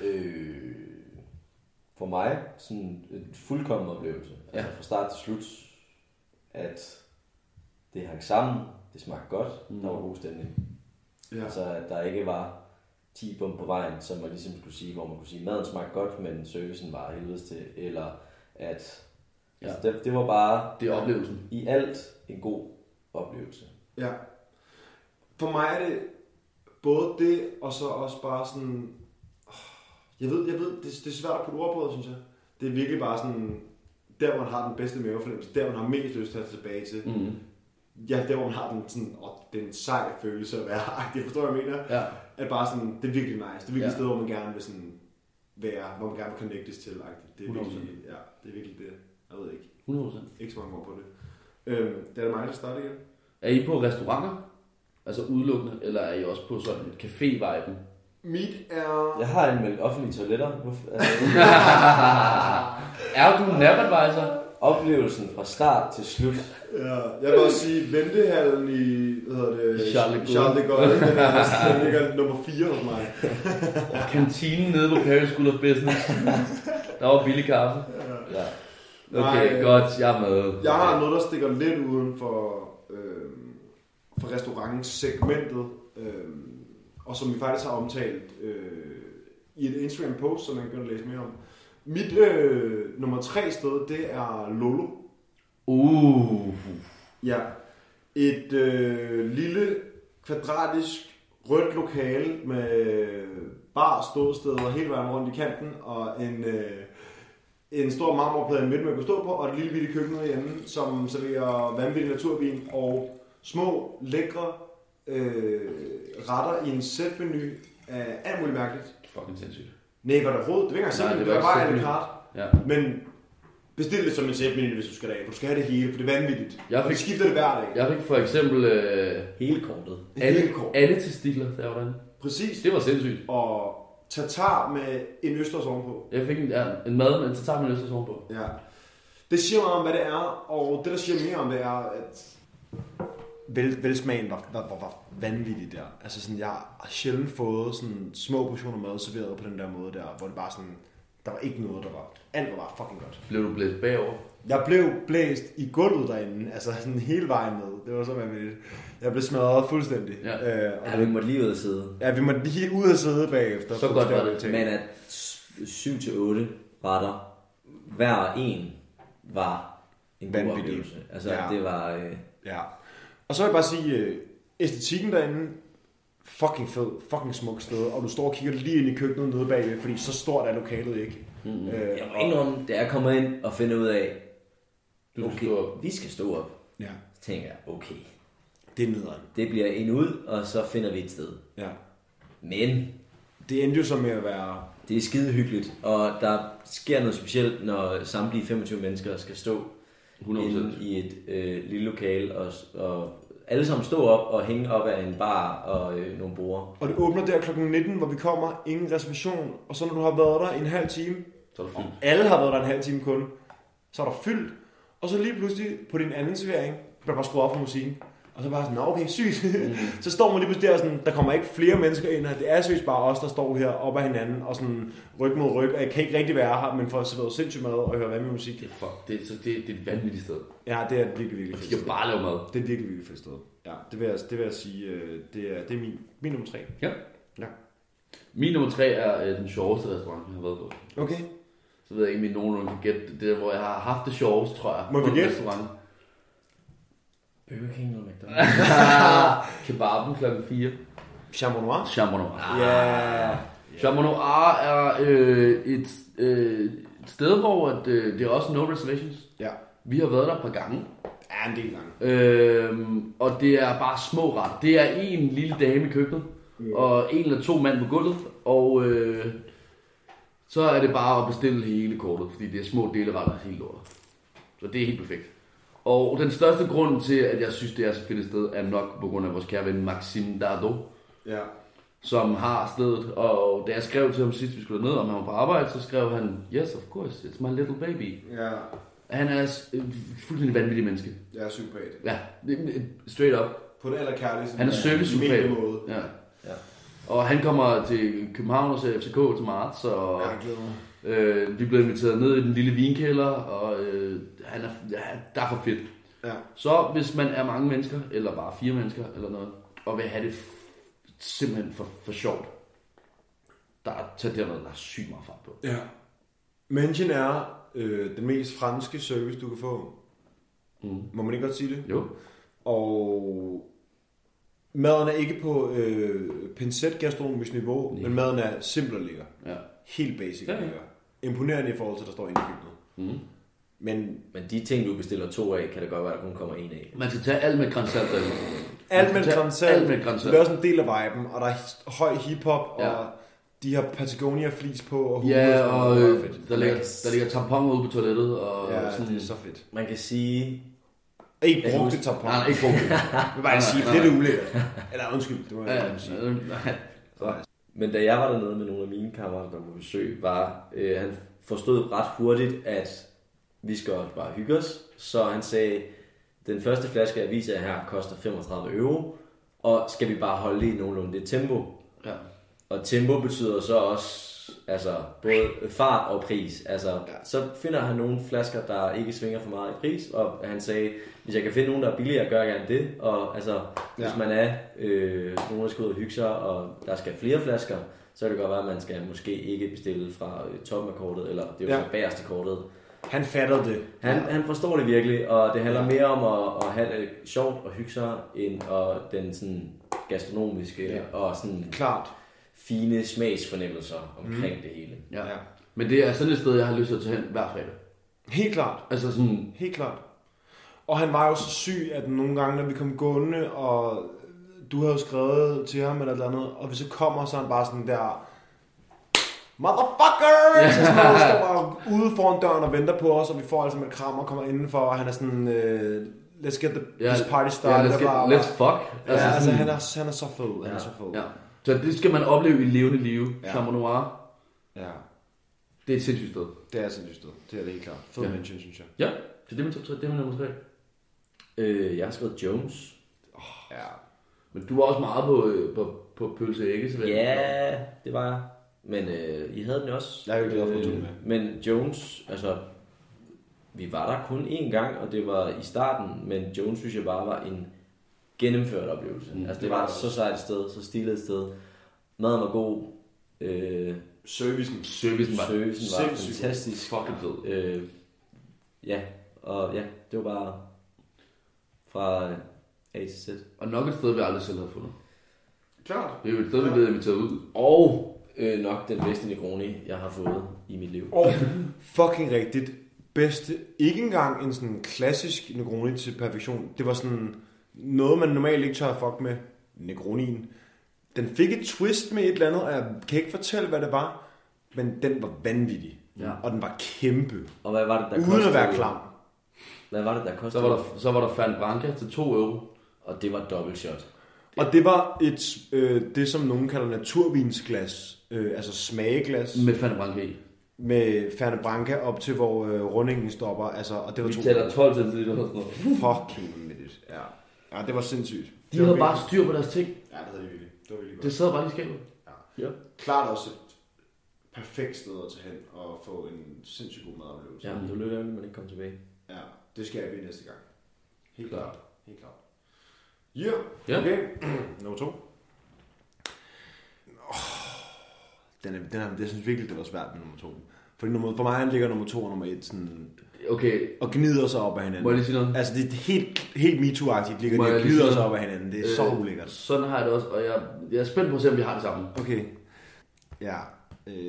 Øh, for mig, sådan en fuldkommen oplevelse. Ja. Altså fra start til slut, at det hang sammen, det smagte godt, mm. der var god stemning. Ja. Altså at der ikke var 10 bum på vejen, som man ligesom skulle sige, hvor man kunne sige, maden smagte godt, men servicen var af helvedes til, eller at Ja. ja. altså, det, det var bare Det er oplevelsen. i alt en god oplevelse. Ja. For mig er det både det, og så også bare sådan... Jeg ved, jeg ved det, det er svært at putte ord på, synes jeg. Det er virkelig bare sådan... Der, hvor man har den bedste mavefornemmelse, der, man har mest lyst til at tage tilbage til. Mm. Ja, der, hvor man har den sådan... Åh, det er en sej følelse at være. Ej, det forstår jeg, hvad jeg mener. Ja. At bare sådan, det er virkelig nice. Det er virkelig ja. Ja. et sted, hvor man gerne vil sådan være, hvor man gerne vil connectes til. agtigt. Det er 100%. virkelig, ja, det er virkelig det. Jeg ved ikke. 100%. Ikke så mange ord på det. Øhm, det er det mig, der starter igen. Er I på restauranter? Altså udelukkende? Eller er I også på sådan et café-viben? Mit er... Jeg har anmeldt offentlige toiletter. Hvorfor- Altså, <laughs> Er du en napadvisor? oplevelsen fra start til slut, Ja, jeg vil også sige, ventehallen i, hvad hedder det? I Charles de Gaulle. Charles de Gaulle. Den er også- <laughs> Den ligger nummer 4 hos mig. Kantinen nede på Paris School of Business. Der var billig kaffe. Ja. Okay, Nej, øh, godt. Jeg er med. Jeg har noget, der stikker lidt uden for, øh, for restaurantsegmentet, øh, og som vi faktisk har omtalt øh, i et Instagram-post, som man kan læse mere om. Mit øh, nummer tre sted, det er Lolo. Uh. Ja. Et øh, lille kvadratisk rødt lokale med bar, ståsteder hele vejen rundt i kanten og en, øh, en stor marmorplade i midten, man kunne stå på, og et lille bitte køkken herhjemme, som serverer vanvittig naturvin og små, lækre øh, retter i en sætmenu af alt muligt mærkeligt. Fucking sindssygt. Nej, var det overhovedet? Det var ikke engang sætmenu, Nej, det det var var ikke bare alle sætmenu. kart. Ja. Men bestil det som en sætmenu, hvis du skal af, for du skal have det hele, for det er vanvittigt. Jeg Og fik- de skifter det hver dag. Jeg fik for eksempel øh, Hele kortet. alle, Hele kort. alle testikler derovre. Præcis. Det var sindssygt. Og tatar med en østers ovenpå. Jeg fik en, ja, en mad med en tatar med østers ovenpå. Ja. Det siger meget om, hvad det er, og det, der siger mere om det, er, at vel, velsmagen var, var, var, var vanvittig der. Altså sådan, jeg har sjældent fået sådan små portioner mad serveret på den der måde der, hvor det bare sådan, der var ikke noget, der var. Alt var bare fucking godt. Blev du blæst bagover? Jeg blev blæst i gulvet derinde, altså sådan hele vejen ned. Det var så vanvittigt. Jeg blev smadret fuldstændig. Ja. Øh, og Ja, vi måtte lige ud og sidde. ja, vi måtte lige ud og sidde bagefter. Så godt var det. Ting. Men at 7-8 retter, hver en var en god Vanvittig. oplevelse. Altså, Ja. ja. det var... Øh, Ja. Og så vil jeg bare sige, øh, æstetikken derinde, fucking fed, fucking smuk sted, og du står og kigger lige ind i køkkenet nede bagved, fordi så stort er lokalet ikke. Mm. Øh, jeg må indrømme, da jeg kommer ind og finder ud af, Du skal okay, stå op. vi skal stå op, ja, så tænker jeg, okay, det er nederen. det bliver en ud, og så finder vi et sted. Ja. Men Det endte jo så med at være, Det er skide hyggeligt, og der sker noget specielt, når samtlige 25 mennesker skal stå 100%. inde i et øh, lille lokal, og, og alle sammen stå op og hænge op af en bar og øh, nogle borer. og det åbner der kl. 19, hvor vi kommer, ingen reservation, og så når du har været der en halv time, Så er du fint. alle har været der en halv time kun, så er der fyldt, og så lige pludselig på din anden servering, bliver der bare skruet op for musikken, og så bare sådan, "Nå, okay, sygt. Mm. <laughs> så står man lige pludselig der sådan, der kommer ikke flere mennesker ind her, det er seriøst bare os, der står her op ad hinanden, og sådan ryg mod ryg, og jeg kan ikke rigtig være her, men får serveret sindssygt mad og høre hvad med musik. Det er, fuck, det, er, så det, det er et vanvittigt sted. Ja, det er et virkelig, virkelig Og de fedt kan sted. bare lave mad. Det er et virkelig, virkelig fedt sted. Ja, det vil jeg, det vil jeg sige, øh, det er, det er min, min nummer tre. Ja. Ja. Min nummer tre er øh, den sjoveste restaurant, jeg har været på. Okay. Så ved jeg ikke, om I nogenlunde kan gætte det, der, hvor jeg har haft det sjoveste, tror jeg. Må på vi en gætte? Restaurant. Burger King eller <laughs> McDonald's? Kebaben kl. 4. Chambre Noir. Chambre Noir. Ah. Ja. Chambre Noir er øh, et, øh, et sted, hvor at, øh, det er også no reservations. Ja. Vi har været der et par gange. Ja, en del gange. Øhm, og det er bare små ret. Det er en lille dame i køkkenet, og en eller to mand på gulvet, og øh, så er det bare at bestille hele kortet, fordi det er små deleretter af hele lortet. Så det er helt perfekt. Og den største grund til, at jeg synes, det er så fedt et sted, er nok på grund af vores kære ven Maxim Dardo Ja. som har stedet. Og da jeg skrev til ham sidst, vi skulle ned, om han var på arbejde, så skrev han, yes, of course, it's my little baby. Ja. Han er s- øh, fuldstændig vanvittig menneske. Jeg er super Ja, det- det- straight up. På det allerkærligste. Han er servicesupport. Måde. Ja. Ja. Og han kommer til København og ser FCK til marts, og Jeg glæder mig. øh, vi blev inviteret ned i den lille vinkælder, og øh, han er, ja, der er for fedt. Ja. Så hvis man er mange mennesker, eller bare fire mennesker, eller noget, og vil have det f- simpelthen for, for sjovt, der er, tag derned, der er sygt meget fart på. ja. Mansion er øh, den mest franske service, du kan få. Mm. Må man ikke godt sige det? Jo. Og maden er ikke på øh, pincetgastronomisk niveau, men maden er simpel og lækker. Ja. Helt basic Ja, og ja. lækker. Imponerende i forhold til, at der står inde i køkkenet. Mm. Men Men de ting, du bestiller to af, kan det godt være, at der kun kommer en af. Man skal tage alt med grænsalt derinde. Uh, alt Man med skal tage gransalt, Alt med grænsalt. det er også en del af viben, og der er his- høj hiphop, Ja. ja. og de har Patagonia-flis på. Og Ja, hovedrøster, og det er øh, fedt. der, ligger, der ligger tamponer ude på toilettet, og Ja, sådan... det er så fedt. Man kan sige, Ikke brugte tampon. Nej, nej, ikke brugt det. Jeg vil bare lige sige, for det er det ulækkert. Eller undskyld, det må jeg Ja, ikke sige. nej. Men da jeg var dernede med nogle af mine kammerater, der var på besøg, var, øh, han forstod ret hurtigt, at vi skal også bare hygge os. Så han sagde, den første flaske af visa her koster 35 euro, og skal vi bare holde i nogenlunde det tempo. Ja. Og tempo betyder så også altså, både fart og pris. Altså, ja. Så finder han nogle flasker, der ikke svinger for meget i pris, og han sagde, hvis jeg kan finde nogen, der er billigere, gør jeg gerne det. Og altså, ja. hvis man er øh, nogen, der skal ud og hygge sig, og der skal flere flasker, så kan det godt være, at man skal måske ikke bestille fra øh, toppen af kortet, eller det er jo Ja. ja. fra bagerste kortet. Han fatter det. Han, han forstår det virkelig, og det handler mere om at, at have det sjovt og hygge sig, end og den sådan gastronomiske ja. og sådan Klart. fine smagsfornemmelser omkring mm. det hele. Ja. Ja. Men det er sådan et sted, jeg har lyst til at tage hen hver fredag. Helt klart. Altså sådan, Helt klart. Og han var jo så syg, at nogle gange, når vi kom gående, og du havde jo skrevet til ham eller et eller andet, og hvis så kommer, så er han bare sådan der, motherfucker! Yeah. Så sådan, noget, står bare ude foran døren og venter på os, og vi får altså med kram og kommer indenfor, og han er sådan, øh, let's get the, ja, this party ja, started. let's, get, og- let's fuck. Ja, altså, altså han, er, han er så fed. Han er så fed. ja. Så det skal man opleve i levende live. Ja. Ja. Chambre Noir, ja. det er et sindssygt sted. Det er sådan et sted. Det er det helt klart. Fed Ja. ja. mention, synes jeg. Ja, så det er min top 3, det er min nummer 3. Øh, jeg har skrevet Jones. Ja. Men du var også meget på, øh, på, på pølse ægge, så Ja, det var jeg. Men øh, I havde den jo også. Øh, Jeg er jo glad for, at du er med. Men Jones, altså, vi var der kun én gang, og det var i starten, men Jones synes jeg bare var en gennemført oplevelse. Mm, altså, det, det var, var det så sejt et sted, så stilet et sted. Maden var god. Øh, Servicen. Servicen var servicen var sindssygt god. fantastisk. fucking fed. Øh, ja, og ja, det var bare fra A til Z. Og nok et sted, vi aldrig selv havde fundet. Klart. Det er jo et sted, vi blev inviteret ud. Og øh, nok den bedste Negroni, jeg har fået i mit liv. Og fucking rigtigt. Bedste. Ikke engang en sådan klassisk Negroni til perfektion. Det var sådan noget, man normalt ikke tør at fuck med. Negronien. Den fik et twist med et eller andet, og jeg kan ikke fortælle, hvad det var. Men den var vanvittig. Ja. Og den var kæmpe. Og hvad var det, der Uden kostede? at være klam. Hvad var det, der Så kostede? var der, så var der fandt Branca til 2 euro. Og det var dobbelt shot. Og det var et, øh, det, som nogen kalder naturvinsglas. Øh, altså smageglas. Med fandt Branca i. Med Ferne Branca op til, hvor øh, rundingen stopper. Altså, og det var Vi to. taler 12 cm eller sådan noget. Fucking vanvittigt. Ja. ja, det var sindssygt. De Det var havde virkelig- bare styr på deres ting. Ja, det havde de virkelig. Det var virkelig Det sad bare lige i skabet. Ja. Klart også et perfekt sted at tage hen og få en sindssygt god madoplevelse. Ja, men det var lidt ærgerligt, at man ikke kom tilbage. ja. Det skal jeg blive næste gang. Helt Klart. Helt klart. Ja, yeah. Ja. <clears throat> okay. Nummer to. Oh, den er, den er, jeg synes virkelig, det var svært med nummer to. Fordi nummer, for mig han ligger nummer to og nummer et sådan, Okay, og gnider sig op af hinanden. må jeg lige sige noget? Altså det er helt, helt MeToo-agtigt, ligger Må de jeg og lige gnider sige sig noget? op af hinanden. Det er øh, så ulækkert. Sådan har jeg det også, og jeg, jeg er spændt på at se, om vi har det samme. Okay. Ja. Øh,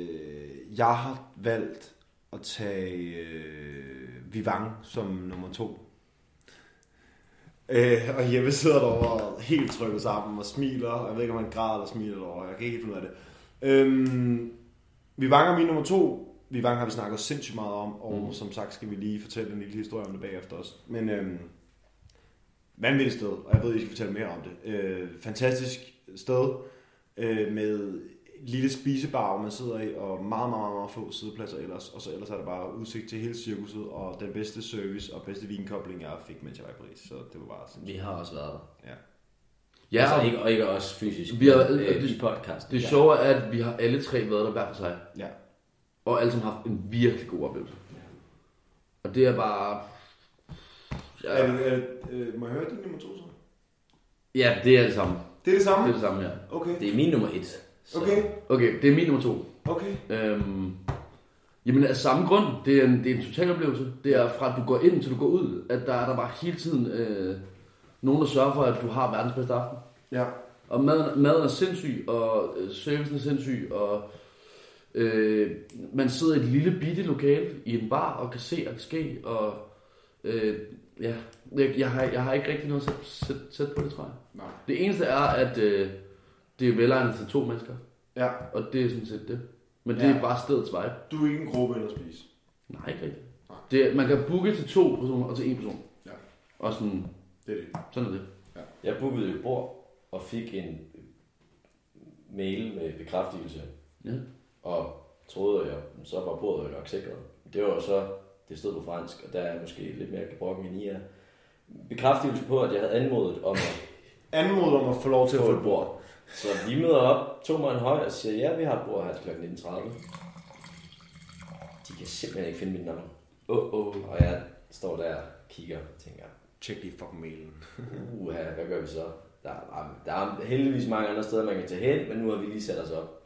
jeg har valgt at tage øh, Vivang som nummer to. Øh, og Jeppe sidder derovre helt trykket sammen og smiler. Og jeg ved ikke, om han græder eller smiler derovre. Jeg kan ikke helt finde ud af det. Øhm, Vivang er min nummer to. Vivang har vi snakket sindssygt meget om, og mm. som sagt skal vi lige fortælle en lille historie om det bagefter også. Men øhm, vanvittigt sted, og jeg ved, I skal fortælle mere om det. Øh, fantastisk sted øh, med lille spisebar, hvor man sidder i, og meget, meget, meget, meget få siddepladser ellers. Og så ellers er der bare udsigt til hele cirkuset, og den bedste service og bedste vinkobling, jeg fik, mens jeg var i Paris. Så det var bare sådan, Vi har også været der. ja. Ja, altså og ikke, og ikke også fysisk, Vi har- men, øh, det- i podcast. det sjove er, at vi har alle tre været der hver for sig, ja. og alle sammen haft en virkelig god oplevelse. Og det er bare... Er, Ja, det- er, det- øh, må jeg høre din nummer to så? ja det er det samme. Det er det Det samme? er det samme, ja. Okay, Det er min nummer et. Så okay, Okay, det er min nummer to. okay. Øhm, jamen af samme grund, det er, en, det er en total oplevelse. Det er fra, at du går ind til du går ud, at der er der bare hele tiden øh, nogen, der sørger for, at du har verdens bedste aften. Ja. Og maden, maden er sindssyg, og øh, servicen er sindssyg, og øh, man sidder i et lille bitte lokale i en bar og kan se, at det ske, og øh, ja, jeg, jeg, har, jeg har ikke rigtig noget at sætte sæt på det, tror jeg. Nej. Det eneste er, at øh, det er velegnet til to mennesker, Ja, og det er sådan set det. Men det Ja. er bare stedets vibe. du er ikke en gruppe ind at spise. Nej, ikke rigtigt. Nej. Det, er- man kan booke til to personer og til en person. Ja. Og sådan, Det er det. sådan er det. Jeg bookede et bord og fik en mail med bekræftelse, Ja. og troede jeg, så var bordet jo nok sikret. Det var jo så, det stod på fransk, og der er jeg måske lidt mere gebrokken end I er. Bekræftelse på, at jeg havde anmodet om at Anmod om at få lov til at få et bord. bord. Så vi møder op, tog mig en høj og siger, ja, vi har et bord her til kl. 19.30. De kan simpelthen ikke finde mit navn. Åh, oh, oh. Og jeg står der og kigger og tænker, Tjek lige fucking mailen. uha, hvad gør vi så? Der er, der er heldigvis mange andre steder, man kan tage hen, men nu har vi lige sat os op.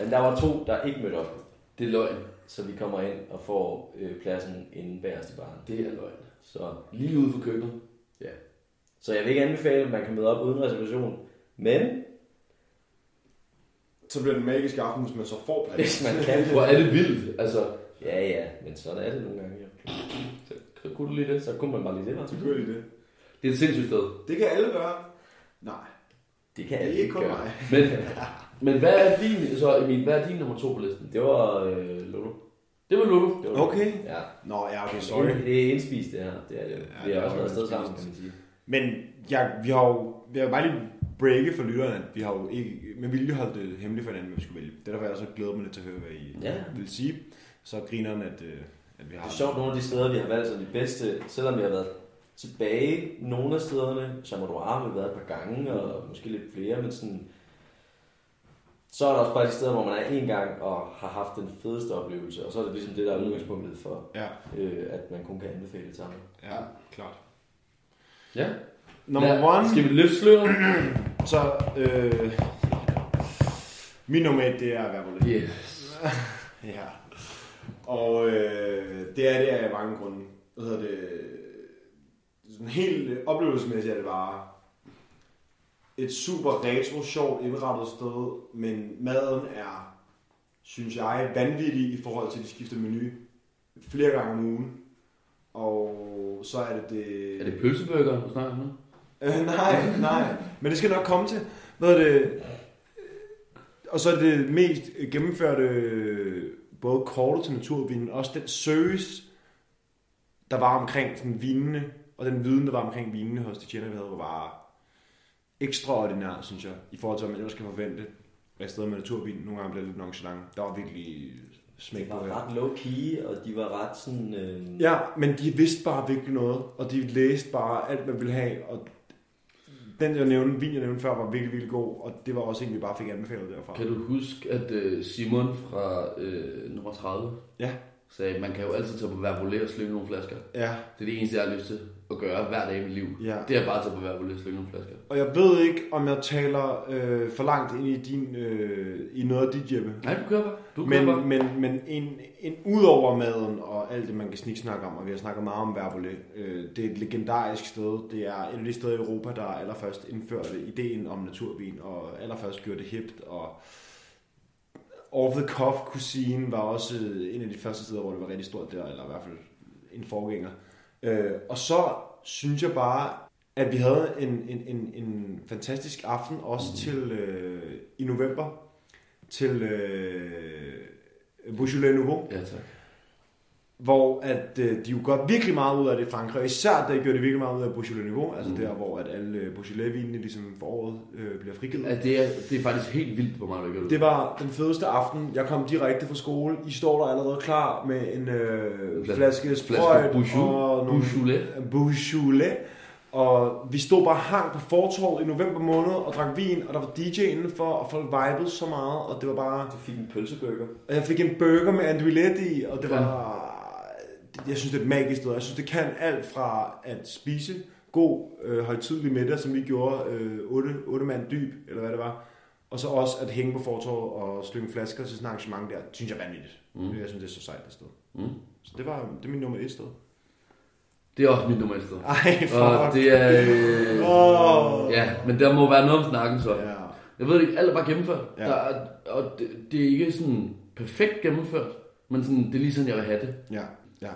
Men der var to, der ikke mødte op. Det er løgn. Så vi kommer ind og får øh, pladsen inden bagerst i baren. Det er løgn. Så, Lige ude for køkkenet. ja. så jeg vil ikke anbefale, at man kan møde op uden reservation. Men så bliver det magisk aften, hvis man så får plads. Hvis man kan. Hvor er det vildt, altså. Ja, ja, men sådan er det nogle gange. Jo. Så kunne du lige det, så kunne man bare lige det. var. Så gør de det. Det er et sindssygt sted. Det kan alle gøre. Nej, Det kan det jeg er ikke ikke kun gøre. mig. Men, men hvad er din, så Emil, hvad er din nummer to på listen? Det var øh, Lolo. Det var Lulu. Det var Lolo. Okay. Ja. Nå, ja, okay, sorry. Sorry. Det er indspist, det her. Det er det. Ja, vi det har er også været afsted indspist. sammen, kan man sige. Men jeg, vi har jo, jeg vil bare lige breake for lytterne, at vi har jo ikke, men vi lige holdt det hemmeligt for hinanden, hvad vi skulle vælge. Det er derfor, jeg så glæder mig lidt til at høre, hvad I Ja. vil sige. Så grineren, at, øh, at vi har... Det er sjovt, nogle af de steder, vi har valgt som de bedste, selvom vi har været tilbage nogle af stederne, som du har vi været et par gange, og måske lidt flere, men sådan, så er der også bare de steder, hvor man er en gang og har haft den fedeste oplevelse, og så er det ligesom det, der er udgangspunktet for, Ja, øh, at man kun kan anbefale det sammen. ja, klart. Ja. Nummer Lad- one, Skal vi løfte sløret? så... Øh, min nummer et, det er Revolut. Yes. Ja. Og øh, det er det af mange grunde. Hvad hedder det? Sådan helt øh, oplevelsesmæssigt er det bare et super retro, sjovt indrettet sted, men maden er, synes jeg, vanvittig i forhold til, at de skifter menu flere gange om ugen. Og så er det det... Er det pølseburgeren, du snakker om nu? Øh, nej, nej. Men det skal nok komme til. Hvad er det? Øh, Og så er det mest gennemførte øh, både kortet til naturvinen, også den service, der var omkring sådan vinene, og den viden, der var omkring vinene hos de tjener, vi havde, var ekstraordinær, synes jeg, i forhold til, hvad man ellers kan forvente. Af stedet med naturvin, nogle gange bliver det lidt nonchalant. Der var virkelig smæk Det på var her. ret low-key, og de var ret sådan... Øh, Ja, men de vidste bare virkelig noget, og de læste bare alt, man ville have, og den, jeg nævnte, vin, jeg nævnte før, var virkelig, virkelig god, og det var også en, vi bare fik anbefalet derfra. Kan du huske, at øh, Simon fra øh, nummer 30 Ja, sagde, man kan jo altid tage på verbolé og slynge nogle flasker. ja, Det er det eneste, jeg har lyst til at gøre hver dag i mit liv. ja. Det er bare at tage på verbolé og slynge nogle flasker. Og jeg ved ikke, om jeg taler øh, for langt ind i, din, øh, i noget af dit hjemme. Nej, du kører bare. Du kører bare. Men, men, men en, en ud over maden og alt det, man kan sniksnakke om, og vi har snakket meget om Verbolé, øh, det er et legendarisk sted. Det er et af de steder i Europa, der allerførst indførte ideen om naturvin, og allerførst gjorde det hipt, og off the cuff cuisine var også øh, en af de første steder, hvor det var rigtig stort der, eller i hvert fald en forgænger. Øh, og så synes jeg bare, at vi havde en, en, en, en fantastisk aften, også mm. til øh, i november, til øh, Beaujolais Nouveau, Ja, tak. hvor at, øh, de jo gør virkelig meget ud af det i Frankrig, og især der gør det virkelig meget ud af Beaujolais Nouveau, altså mm. der, hvor at alle øh, Beaujolais-vinene ligesom for året øh, bliver frigivet. Ja, det, er, det er faktisk helt vildt, hvor meget du gør. Det var den fedeste aften. Jeg kom direkte fra skole. I står der allerede klar med en øh, Flas- flaske flaske sprøjt og nogle Beaujolais. Beaujolais. Og vi stod bare hang på fortorvet i november måned og drak vin, og der var DJ indenfor, og folk vibede så meget, og det var bare... Du fik en pølseburger. Og jeg fik en burger med andouillette i, og det Ja. var... Jeg synes, det er et magisk sted. Jeg synes, det kan alt fra at spise god, øh, højtidlig middag, som vi gjorde øh, 8, 8 mand dyb, eller hvad det var, og så også at hænge på fortorvet og slynge flasker til sådan et arrangement der, synes jeg er vanvittigt. Mm. Jeg synes, det er så sejt et sted. Mm. Så det var det er min nummer et sted. Det er også mit nummer et sted. Ej, fuck. Og det er... Øh, Åh. Ja, men der må være noget om snakken så. Ja. Jeg ved det ikke, alt er bare gennemført. Ja. Ja. Der er, og det, det, er ikke sådan perfekt gennemført, men sådan, det er lige sådan, jeg vil have det. Ja. Ja.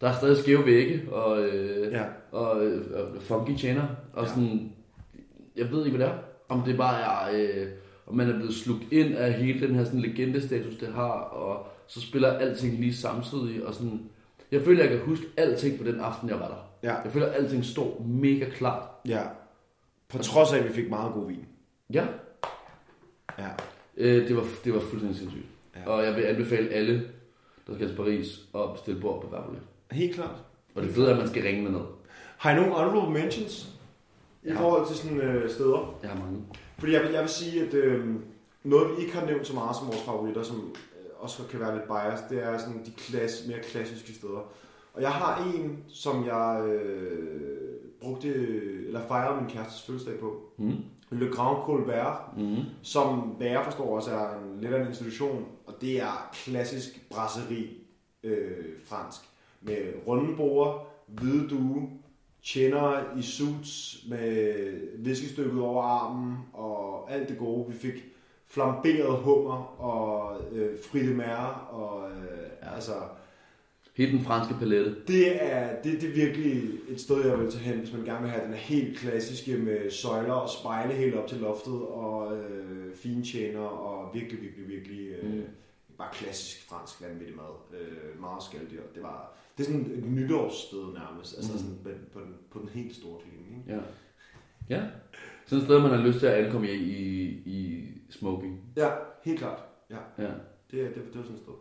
Der er stadig skæve vægge og, øh, Ja. og, øh, og funky tjener. Og Ja. ja. sådan, jeg ved ikke, hvad det er. Om det bare er, øh, om man er blevet slugt ind af hele den her sådan, legendestatus, det har, og så spiller alting lige samtidig. Og sådan, jeg føler, jeg kan huske alting på den aften, jeg var der. Ja. Jeg føler, at alting står mega klart. Ja. På trods af, at vi fik meget god vin. Ja, Ja. øh, det, var, det var fuldstændig sindssygt. Ja. Ja. Og jeg vil anbefale alle, der skal til Paris, at bestille bord på Verbolé. Helt klart. Og det fede er, at man skal ringe med noget. Har I nogen honorable mentions? I Ja. forhold til sådan øh, steder? Jeg har mange. Fordi jeg vil, jeg vil sige, at øh, noget vi ikke har nævnt så meget som vores favoritter, som øh, også kan være lidt biased, det er sådan de klass, mere klassiske steder. Og jeg har en, som jeg øh, brugte, eller fejrede min kærestes fødselsdag på. Mm. Le Grand Colbert, Mm. som hvad jeg forstår også er en, lidt af en institution, og det er klassisk brasseri øh, fransk. Med runde borer, hvide due, tjener i suits med viskestykket over armen og alt det gode. Vi fik flamberet hummer og øh, fritemære og øh, ja. altså Helt den franske palette. det er, det, det er virkelig et sted, jeg vil tage hen, hvis man gerne vil have den her helt klassiske med søjler og spejle helt op til loftet og øh, fine tjener og virkelig, virkelig, virkelig øh, mm. bare klassisk fransk vanvittig mad. Øh, meget skalddyr. Det var det er sådan et nytårssted nærmest, altså mm. sådan på- på, den, på den helt store klinge. Ikke? Ja. Ja. Sådan et sted, man har lyst til at ankomme i, i, i smoking. Ja, helt klart. Ja, Ja. det, er- det, det var sådan et sted.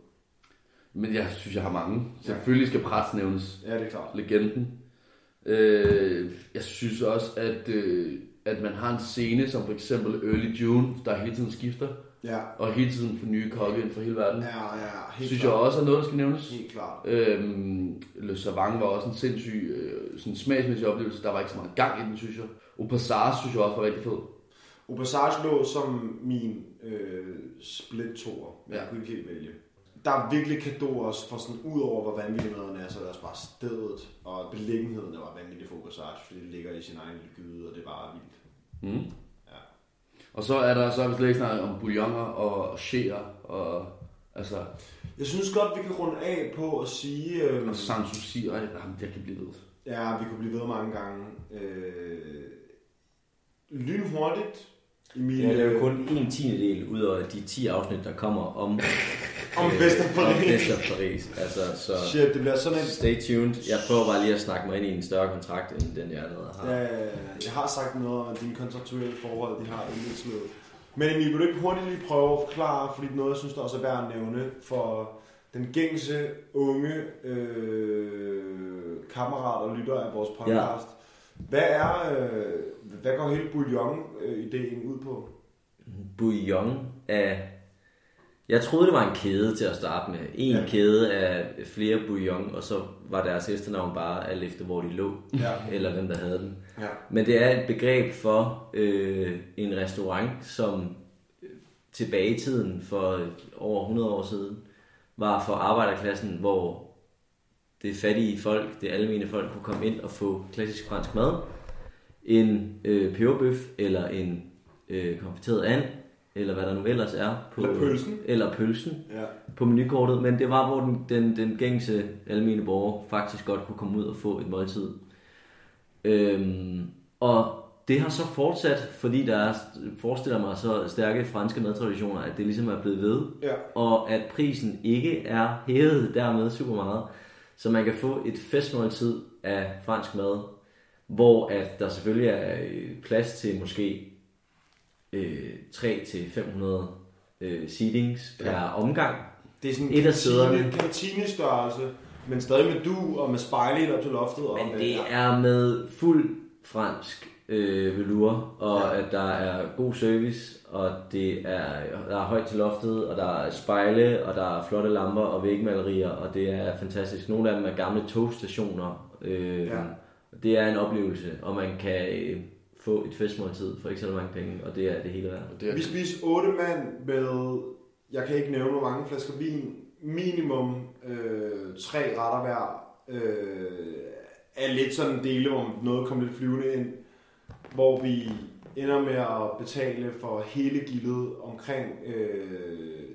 Men jeg synes, jeg har mange. Selvfølgelig skal Prats nævnes. Ja, det er klart. Legenden. Øh, jeg synes også, at, øh, at man har en scene, som for eksempel Early June, der hele tiden skifter, Ja, og hele tiden får nye kokke ind fra hele verden. ja, ja, helt synes jeg klart. også er noget, der skal nævnes. Helt klart. Øhm, Le Savang var også en sindssyg øh, sådan smagsmæssig oplevelse. Der var ikke så meget gang i den, synes jeg. Opasar synes jeg også var rigtig fed. Obassage lå som min øh, split toer, men ja. Ja. jeg kunne ikke helt vælge. Der er virkelig kado også for sådan, ud over hvor vanvittig maden er, så er der også bare stedet, og beliggenheden der var vanvittig for Obassage, fordi det ligger i sin egen lille gyde, og det er bare vildt. Mm. Ja. Og så er der så er vi slet ikke snakket om bouilloner og cheer og altså Jeg synes godt, vi kan runde af på at sige... Øh, og sanssouci og jamen, jeg kan blive ved. Ja, vi kunne blive ved mange gange. Øh, lynhurtigt, Emil, Ja, det er jo kun... kun en tiende del ud af de 10 afsnit, der kommer om, øh, om Vesterparis. Vester Paris. Altså, så Shit, det bliver sådan et... stay tuned. Jeg prøver bare lige at snakke mig ind i en større kontrakt, end den jeg allerede har. Ja, jeg har sagt noget om at dine kontraktuelle forhold, de har indløbsløbet. Men Emil, vil du ikke hurtigt lige prøve at forklare, fordi det er noget, jeg synes, der også er værd at nævne, for den gængse unge øh, kammerat og lytter af vores podcast. Ja. Hvad er, øh, hvad går hele bouillon-ideen ud på? bouillon af... Jeg troede, det var en kæde til at starte med. En ja. kæde af flere bouillon, og så var deres efternavn bare alt efter, hvor de lå, Ja. eller hvem der havde den. Ja. Men det er et begreb for øh, en restaurant, som øh, tilbage i tiden for øh, over 100 år siden var for arbejderklassen, hvor det fattige folk, det almene folk, kunne komme ind og få klassisk fransk mad. En øh, peberbøf, eller en øh, konfiteret and, eller hvad der nu ellers er. På, Eller pølsen. Eller pølsen Ja. på menukortet, men det var, hvor den, den, den gængse almene borger faktisk godt kunne komme ud og få et måltid. Øhm, og det har så fortsat, fordi der er, forestiller mig, så stærke franske madtraditioner, at det ligesom er blevet ved, Ja. og at prisen ikke er hævet dermed super meget, så man kan få et festmåltid af fransk mad, hvor at der selvfølgelig er øh, plads til måske øh, 3-500 øh, seatings per ja. omgang. Det er sådan Et af kantine, sæderne. kantinestørrelse, men stadig med du og med spejle helt op til loftet. Og Men med, det er med fuld fransk øh, velour, og ja. at der er god service, og det er, der er højt til loftet, og der er spejle, og der er flotte lamper og vægmalerier, og det er fantastisk. Nogle af dem er gamle togstationer. Øh, Ja. ja. Det er en oplevelse, og man kan øh, få et festmåltid for ikke så mange penge, og det er det hele værd. Det er, Vi spiste otte mand med, jeg kan ikke nævne hvor mange flasker vin, minimum øh, tre retter hver, øh, er lidt sådan en dele, hvor noget kom lidt flyvende ind, hvor vi ender med at betale for hele gildet omkring øh,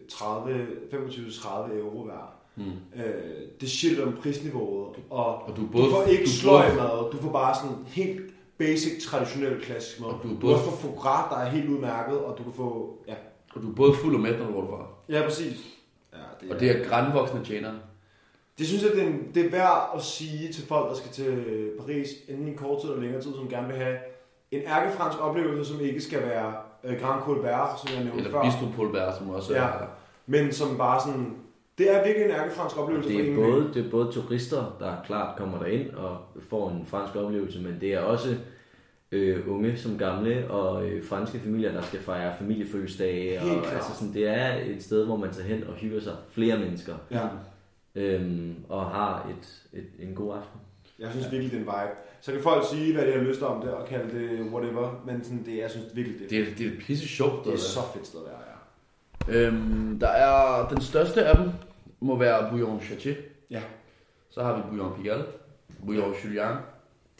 30, 25-30 euro hver. Mm. Øh, det shit om prisniveauet, og, Og du er du både- får ikke du er sløj både- mad, du får bare sådan helt basic, traditionel klassisk mad. Og du er du både- også får få grat, der er helt udmærket, og du kan få... Ja, og du er både fuld og mæt, når du går derfra. ja præcis. Ja, Og det er grænvoksne tjenere. det synes jeg, det er, en- det er værd at sige til folk, der skal til Paris, enten i kort tid eller længere tid, som gerne vil have en ærkefransk oplevelse, som ikke skal være øh, Grand Colbert, som jeg nævnte Eller før, Bistro Polbær, som også Ja. er... men som bare sådan... Det er virkelig en ærkefransk oplevelse for Det er, ingen penge. både, det er både turister, der klart kommer derind og får en fransk oplevelse, men det er også øh, unge som gamle og øh, franske familier, der skal fejre familiefødselsdage. Helt Og, klart. altså sådan, det er et sted, hvor man tager hen og hygger sig flere mennesker Ja. øhm, og har et, et, en god aften. Jeg synes virkelig, det er en vibe. Så kan folk sige, hvad de har lyst om det, og kalde det whatever, men sådan, det, jeg synes virkelig, det, Det er, det er et pisse sjovt sted. det er at så være. fedt sted at være, ja. Øhm, der er... Den største af dem må være Bouillon Chaché. Ja. Så har vi Bouillon Pigalle. Bouillon Julian.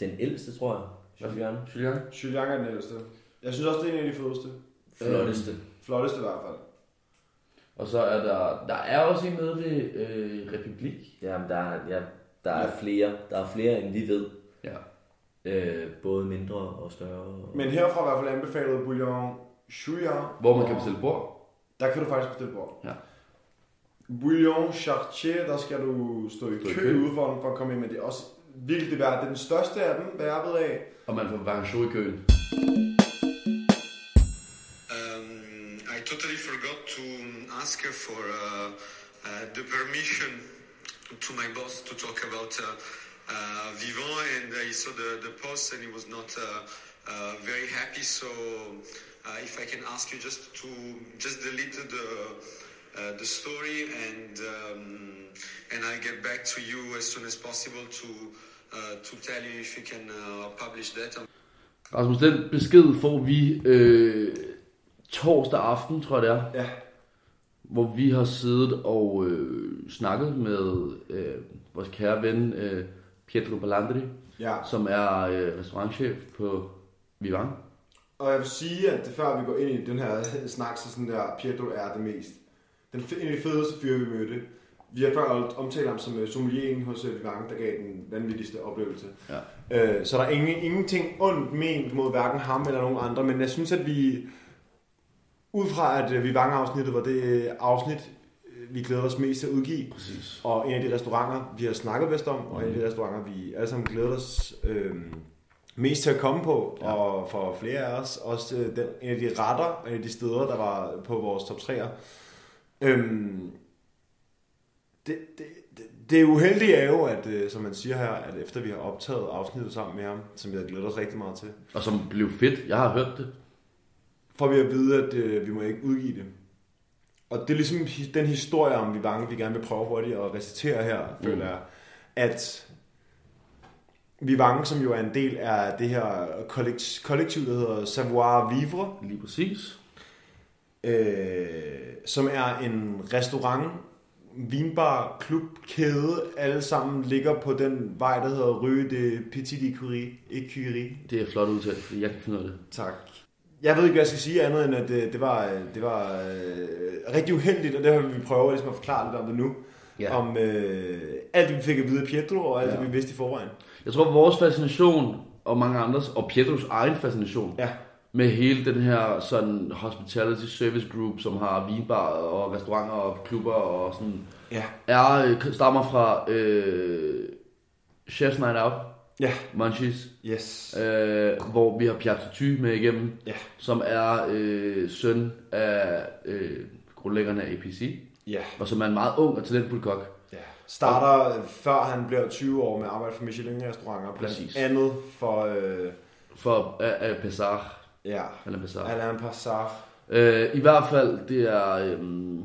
Den ældste, tror jeg. Julian. Julian. Jules Young er den ældste. Jeg synes også, det er en af de fedeste. Flotteste. Flotteste i hvert fald. Og så er der, der er også en nede ved øh, Republik. Jamen, der, er- ja, der er flere. Der er flere, end vi ved. Ja. Øh, både mindre og større. Men herfra i hvert fald anbefalet bouillon chouillard. Hvor man kan bestille bord. Der kan du faktisk bestille bord. Ja. Bouillon Chartier, der skal du stå i Stå i kø, kø. kø. ude for, for at komme ind, men det er også virkelig det værd. Det er den største af dem, hvad jeg ved af. Og man får vanchot i køen. Um, I totally forgot to ask for uh, uh, the permission to my boss to talk about uh, uh, Vivant, and I saw the, the post, and he was not uh, uh, very happy. So, uh, if I can ask you just to just delete the uh, the story, and um, and I'll get back to you as soon as possible to uh, to tell you if you can uh, publish that. Rasmus, den besked får vi øh, torsdag aften, tror jeg det er. Ja. Hvor vi har siddet og øh, snakket med øh, vores kære ven øh, Pietro Ballandri, Ja. som er øh, restaurantchef på Vivant. Og jeg vil sige, at det, før vi går ind i den her <laughs> snak, så sådan der, Pietro er det mest. Den fe- en af de fedeste fyre, vi mødte. Vi har før omtalt ham som øh, sommelieren hos øh, Vivant, der gav den vanvittigste oplevelse. Ja. Øh, så der er ingen, ingenting ondt ment mod hverken ham eller nogen andre, men jeg synes, at vi, ud fra at øh, Vivant-afsnittet var det øh, afsnit, øh, vi glæder os mest til at udgive, Præcis. og en af de restauranter, vi har snakket bedst om, og en af de restauranter, vi alle sammen glæder os øh, mest til at komme på, ja. og for flere af os, også øh, den, en af de retter, og en af de steder, der var på vores top 3'er. Øhm, det, det, det, det uheldige er jo, at øh, som man siger her, at efter vi har optaget afsnittet sammen med ham, som vi har glædet os rigtig meget til, Og som blev fedt. Jeg har hørt det. får vi at vide, at øh, vi må ikke udgive det. Og det er ligesom hi- den historie om Vivang, vi gerne vil prøve hurtigt at recitere her, mm. føler jeg, at Vivang, som jo er en del af det her kollekt- kollektiv, der hedder Savoir Vivre, Lige præcis. øh, som er en restaurant, vinbar, klub, kæde, alle sammen ligger på den vej, der hedder Rue de Petit Écurie. Écurie. Det er flot udtalt, fordi jeg kan ikke finde ud af det. Tak. Jeg ved ikke, hvad jeg skal sige andet end, at det, det var, øh, det var øh, rigtig uheldigt, og det har vi prøvet ligesom at forklare lidt om det nu. Ja. Ja. Om øh, alt det, vi fik at vide af Pietro, og alt ja. Ja. det, vi vidste i forvejen. Jeg tror, vores fascination, og mange andres, og Pietros egen fascination, Ja. med hele den her sådan hospitality service group, som har vinbar og restauranter og klubber og sådan, Ja. er, øh, stammer fra øh, Chef's Night Out, Ja. Munchies, Yes. øh, hvor vi har Piazza med igennem, Ja. som er øh, søn af øh, grundlæggerne af APC, Ja. og som er en meget ung og talentfuld kok. ja. Starter, øh, før han bliver 20 år, med at arbejde for Michelin-restauranter. Blandt Præcis. andet for øh, For af, af Pesar, ja, eller Pesar. Alain Passar. Øh, I hvert fald, det er... Øhm,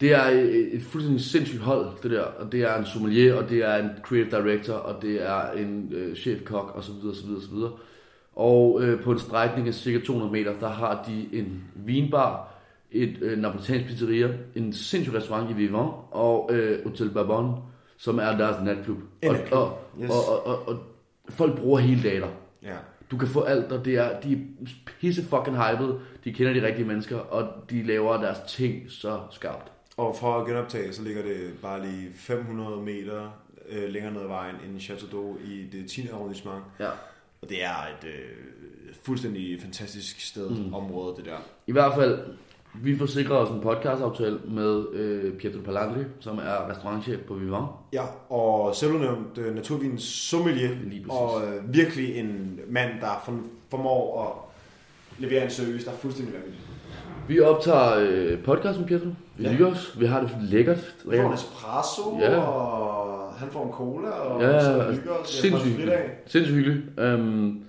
det er et, et fuldstændig sindssygt hold, det der. Og det er en sommelier, og det er en creative director, og det er en øh, chefkok, og så videre, så videre, så videre. Og øh, på en strækning af cirka 200 meter, der har de en vinbar, et øh, napolitansk pizzeria, en sindssyg restaurant i Vivant, og øh, Hotel Babon, som er deres natklub. En og, natklub, og, yes. og, og, og, og, folk bruger hele data. Ja. Du kan få alt, og det er, de er pisse fucking hypede, de kender de rigtige mennesker, og de laver deres ting så skarpt. Og for at genoptage, så ligger det bare lige 500 meter øh, længere ned ad vejen end Chateau d'Eau i det 10. arrondissement. Ja. Og det er et øh, fuldstændig fantastisk sted, mm. område, det der. I hvert fald, vi forsikrer os en podcastaftale med øh, Pietro Palandri, som er restaurantchef på Vivant. Ja, og selvudnævnt øh, naturvins sommelier, Lige præcis. og øh, virkelig en mand, der form- formår at levere en service, der er fuldstændig vanvittig. Vi optager øh, podcast med Pietro. Vi ja. Ja. hygger os. Vi har det lækkert. Han får en espresso, Ja. ja. og han får en cola, og Ja, altså, så hygger os. Ja, på en sindssygt fridag. hyggeligt. Sindssygt hyggeligt. Øhm,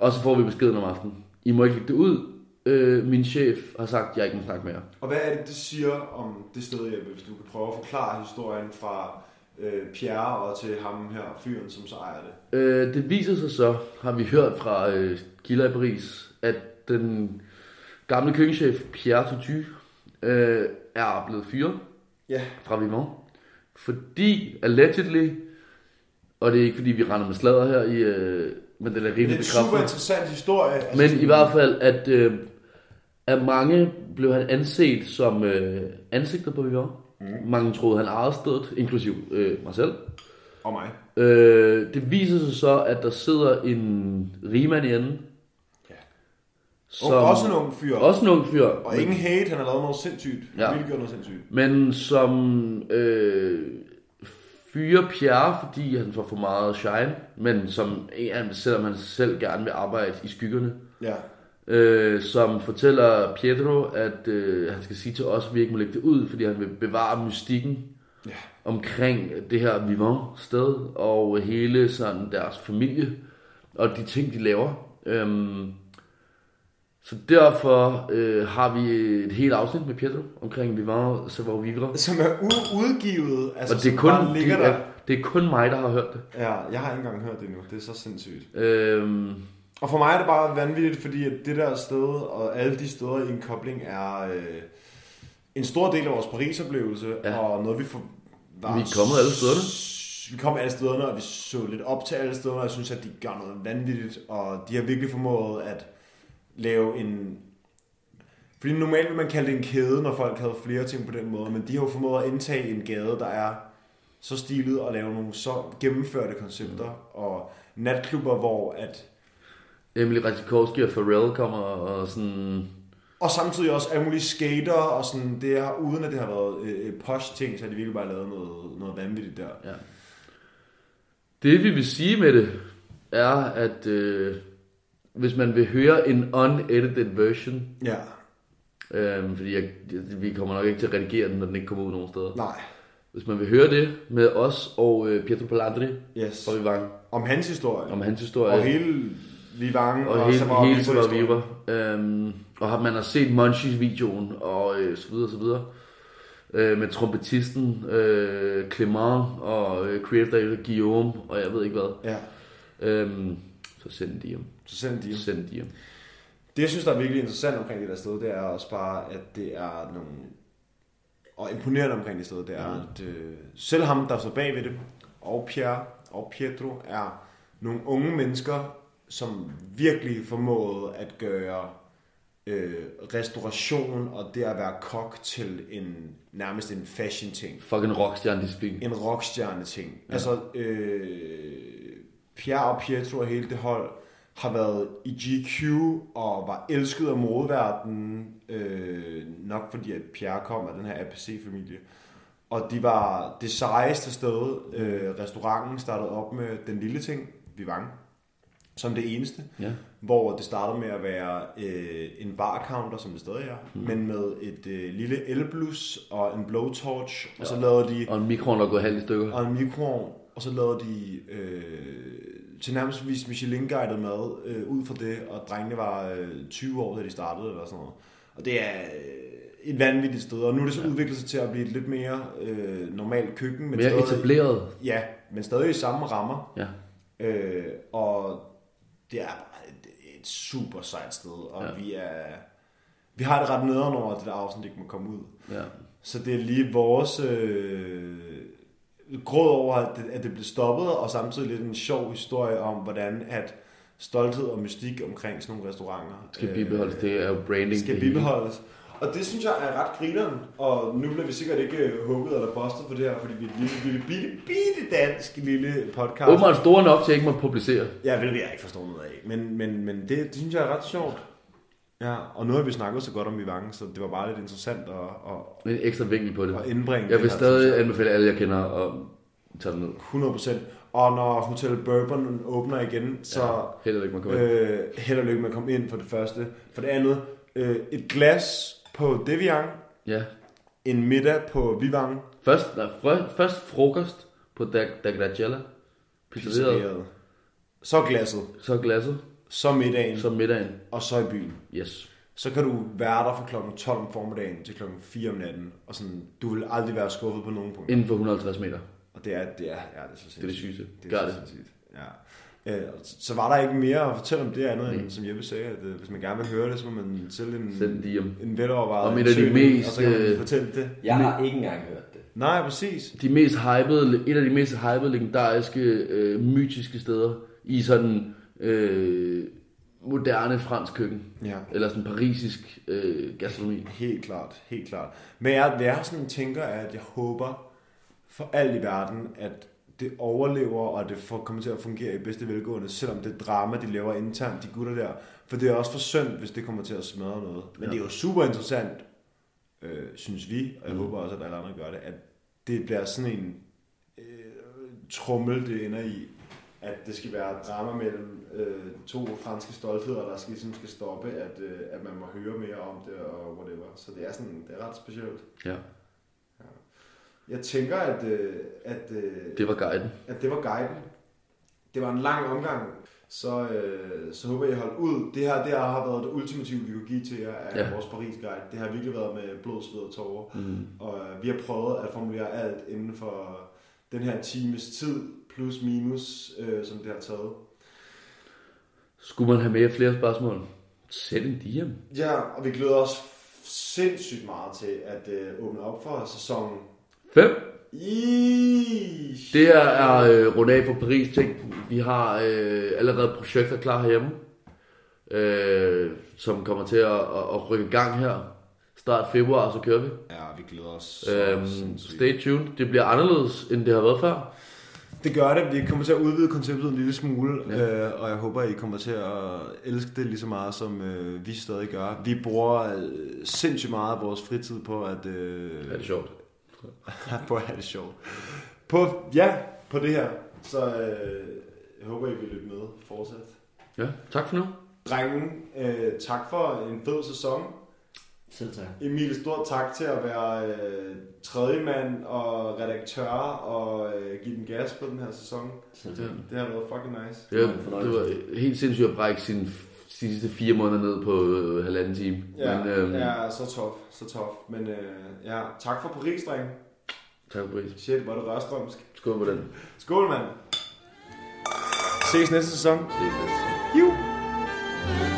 og så får vi beskeden om aftenen. I må ikke lægge det ud. Øh, min chef har sagt, at jeg ikke må snakke med jer. Og hvad er det, det siger om det sted, Jeppe, hvis du kan prøve at forklare historien fra øh, Pierre og til ham her, fyren, som så ejer det? Øh, det viser sig så, har vi hørt fra øh, kilder i Paris, at den gamle køkkenchef Pierre Tutu øh, er blevet fyret Ja. fra Vivant, fordi allegedly, og det er ikke fordi vi render med sladder her, i, øh, men den er Det rimelig er en super Altså, bekræftet, interessant historie. men i hvert fald, at øh, Af mange blev han anset som øh, ansigtet på Vivant. Mm. Mange troede, han ejede stedet, inklusiv øh, mig selv. Og mig. Øh, det viser sig så, at der sidder en rigmand i enden. Ja. Som, Som... Også en ung fyr. også en ung fyr. Og ingen hate, han har lavet noget sindssygt. Ja. Ja. Vildt gjort noget sindssygt. Men som øh, fyre Pierre, fordi han får for meget shine, men som ja, selvom han selv gerne vil arbejde i skyggerne, Ja. øh, som fortæller Pietro, at øh, han skal sige til os, at vi ikke må lægge det ud, fordi han vil bevare mystikken Ja. omkring det her vivant sted og hele sådan deres familie og de ting, de laver. Øhm, så derfor øh, har vi et helt afsnit med Pietro omkring Vivant Savoir Vivre. Som er u- udgivet. Altså, Og det er, som kun, bare det, ligger er, der. det er kun mig, der har hørt det. Ja, jeg har ikke engang hørt det endnu. Det er så sindssygt. Øhm, Og for mig er det bare vanvittigt, fordi at det der sted og alle de steder i en kobling er øh, en stor del af vores Paris-oplevelse, Ja. ja. og noget vi får... Var Vi er kommet alle stederne. s- Vi kom alle stederne, og vi så lidt op til alle stederne, og jeg synes, at de gør noget vanvittigt, og de har virkelig formået at lave en... Fordi normalt vil man kalde det en kæde, når folk havde flere ting på den måde, men de har jo formået at indtage en gade, der er så stilet og lave nogle så gennemførte Mm. koncepter, og natklubber, hvor at Emily Ratajkowski og Pharrell kommer og sådan... Og samtidig også alle mulige skater, og sådan, det har, uden at det har været øh, posh ting, så har de virkelig bare lavet noget, noget vanvittigt der. Ja. Det vi vil sige med det, er at øh, hvis man vil høre en unedited version, Ja, øh, fordi jeg, vi kommer nok ikke til at redigere den, når den ikke kommer ud nogen steder. nej, Hvis man vil høre det med os og øh, Pietro Palandri yes. fra Vivant Om hans historie, om hans og historie, hele Vivang, og hele, Savoir hele Vivo Savoir historien. Viva. Øhm, og har man har set Munchies videoen og øh, så videre så videre. Øh, med trompetisten øh, Clement og øh, creative director Guillaume og jeg ved ikke hvad. Ja, Øhm, så send de ham. så send de. Send de ham. Det, jeg synes, der er virkelig interessant omkring det der sted, det er også bare, at det er nogle... Og imponerende omkring det sted, det er, at øh, selv ham, der står bag ved det, og Pierre og Pietro, er nogle unge mennesker, som virkelig formåede at gøre øh, restauration og det at være kok til en nærmest en fashion ting Fucking rockstjerne-disciplin. en rockstjerne ting. Ja. Altså, øh, Pierre og Pietro og hele det hold har været i GQ og var elsket af modeverdenen, øh, nok fordi at Pierre kom af den her APC-familie. Og de var det sejeste sted. Øh, restauranten startede op med den lille ting, Vivang, som det eneste Ja. hvor det startede med at være øh, en barcounter, som det stadig er, mm. men med et øh, lille elblus og en blowtorch, og så lavede de Og en mikroen, der går halvt i stykker. og en mikroovn, og så lavede de øh, til nærmest Michelin-guidet mad øh, ud fra det, og drengene var øh, 20 år, da de startede, eller sådan noget. Og det er øh, et vanvittigt sted, og nu er det så ja. udviklet sig til at blive et lidt mere øh, normalt køkken, men, Mere stadig, etableret. ja, men stadig i samme rammer. Ja. Øh, og det er bare et, et super sejt sted, og Ja. ja. vi er... Vi har det ret nederen over, at det der afsnit ikke må komme ud. ja. Så det er lige vores øh, gråd over, at det, at det blev stoppet, og samtidig lidt en sjov historie om, hvordan at stolthed og mystik omkring sådan nogle restauranter øh, Skal bibeholdes. Det er jo branding. skal det hele. bibeholdes. Og det synes jeg er ret grineren, og nu bliver vi sikkert ikke øh, hugget eller postet for det her, fordi vi er et lille, lille, bitte, bitte dansk lille podcast. Åbenbart store nok til, at jeg ikke må publicere. Ja, hvilket jeg ikke forstår noget af. Men, men, men det, det synes jeg er ret sjovt. Ja, og nu har vi snakket så godt om Vivang, så det var bare lidt interessant at, at, En ekstra vinkel på det. at indbringe Jeg det vil her, stadig synes jeg. anbefale alle, jeg kender at tage den ned. 100%. Og når Hotel Bourbon åbner igen, så Held og lykke med at komme ja. ind. øh, held og lykke med at komme ind for det første. For det andet, øh, et glas på Deviang, Ja. en middag på Vivang, Først, nej, frø, først frokost på Dag, Dagragella. Pizzeriet. serveret. så glasset, Så glasset. så middagen, Så så... middagen. og så i byen. Yes. så kan du være der fra klokken 12 om formiddagen til klokken 4 om natten, og sådan, du vil aldrig være skuffet på nogen punkt. Inden for 150 meter. Og det er, det er, ja, det er så sindssygt. det sygeste. Gør det. sindssygt. Ja. Øh, og så var der ikke mere at fortælle om det andet, end som Jeppe sagde, at øh, hvis man gerne vil høre det, så må man selv en, Send de hjem. en velovervejet Om et af de ansøgning, mest, og så kan man øh, fortælle det. Jeg har ikke engang hørt det. Nej, præcis. De mest hypede, et af de mest hypede, legendariske, øh, mytiske steder i sådan øh, moderne fransk køkken. Ja. Eller sådan parisisk øh, gastronomi. Helt klart, helt klart. Men jeg, hvad jeg sådan tænker, er, at jeg håber for alt i verden, at det overlever, og det får, kommer til at fungere i bedste velgående, selvom det drama, de laver internt, de gutter der. For det er også for synd, hvis det kommer til at smadre noget. Men ja. det er jo super interessant, øh, synes vi, og jeg mm. håber også, at alle andre gør det, at det bliver sådan en øh, trummel, det ender i, at det skal være drama mellem øh, to franske stoltheder, der skal, ligesom skal stoppe, at, øh, at man må høre mere om det og whatever. Så det er sådan, det er ret specielt. Ja, Jeg tænker, at, øh, at, øh, det var guiden. at det var guiden. Det var en lang omgang, så, øh, så håber jeg, I holdt ud. Det her det her har været det ultimative, vi kunne give til jer af Ja. ja. vores Paris-guide. Det har virkelig været med blod, sved og tårer. Mm. Og øh, vi har prøvet at formulere alt inden for den her times tid, plus minus, øh, som det har taget. Skulle man have med flere spørgsmål? Send en DM. Ja, og vi glæder os sindssygt meget til at øh, åbne op for sæsonen. 5. Ish. Det her er øh, rundt af for Paris ting. Vi har øh, allerede projekter klar herhjemme, øh, som kommer til at, at, at rykke i gang her. Start februar, så kører vi. Ja, vi glæder os så Øhm, sindssygt. stay tuned. Det bliver anderledes, end det har været før. Det gør det. Vi kommer til at udvide konceptet en lille smule, ja. øh, og jeg håber, I kommer til at elske det lige så meget, som øh, vi stadig gør. Vi bruger øh, sindssygt meget af vores fritid på at, øh, Ja, det er sjovt. <laughs> på at have det sjovt. På, ja, på det her. Så øh, jeg håber, I vil lytte med fortsat. Ja, tak for nu. Drengen, øh, tak for en fed sæson. Selv tak. Emil, stort tak til at være øh, tredjemand og redaktør og øh, give den gas på den her sæson. Selv tak. Det har været fucking nice. Ja, var en det fornøjelse. var helt sindssygt at brække sine f- sidste fire måneder ned på øh, halvanden time. Ja, Men, øhm, ja, så tof, så tof. Men øh, ja, tak for Paris, dreng. Tak for prisen. Shit, hvor er det rørstrømsk. Skål på den. Skål, mand. Ses næste sæson. Det er godt. Hiu.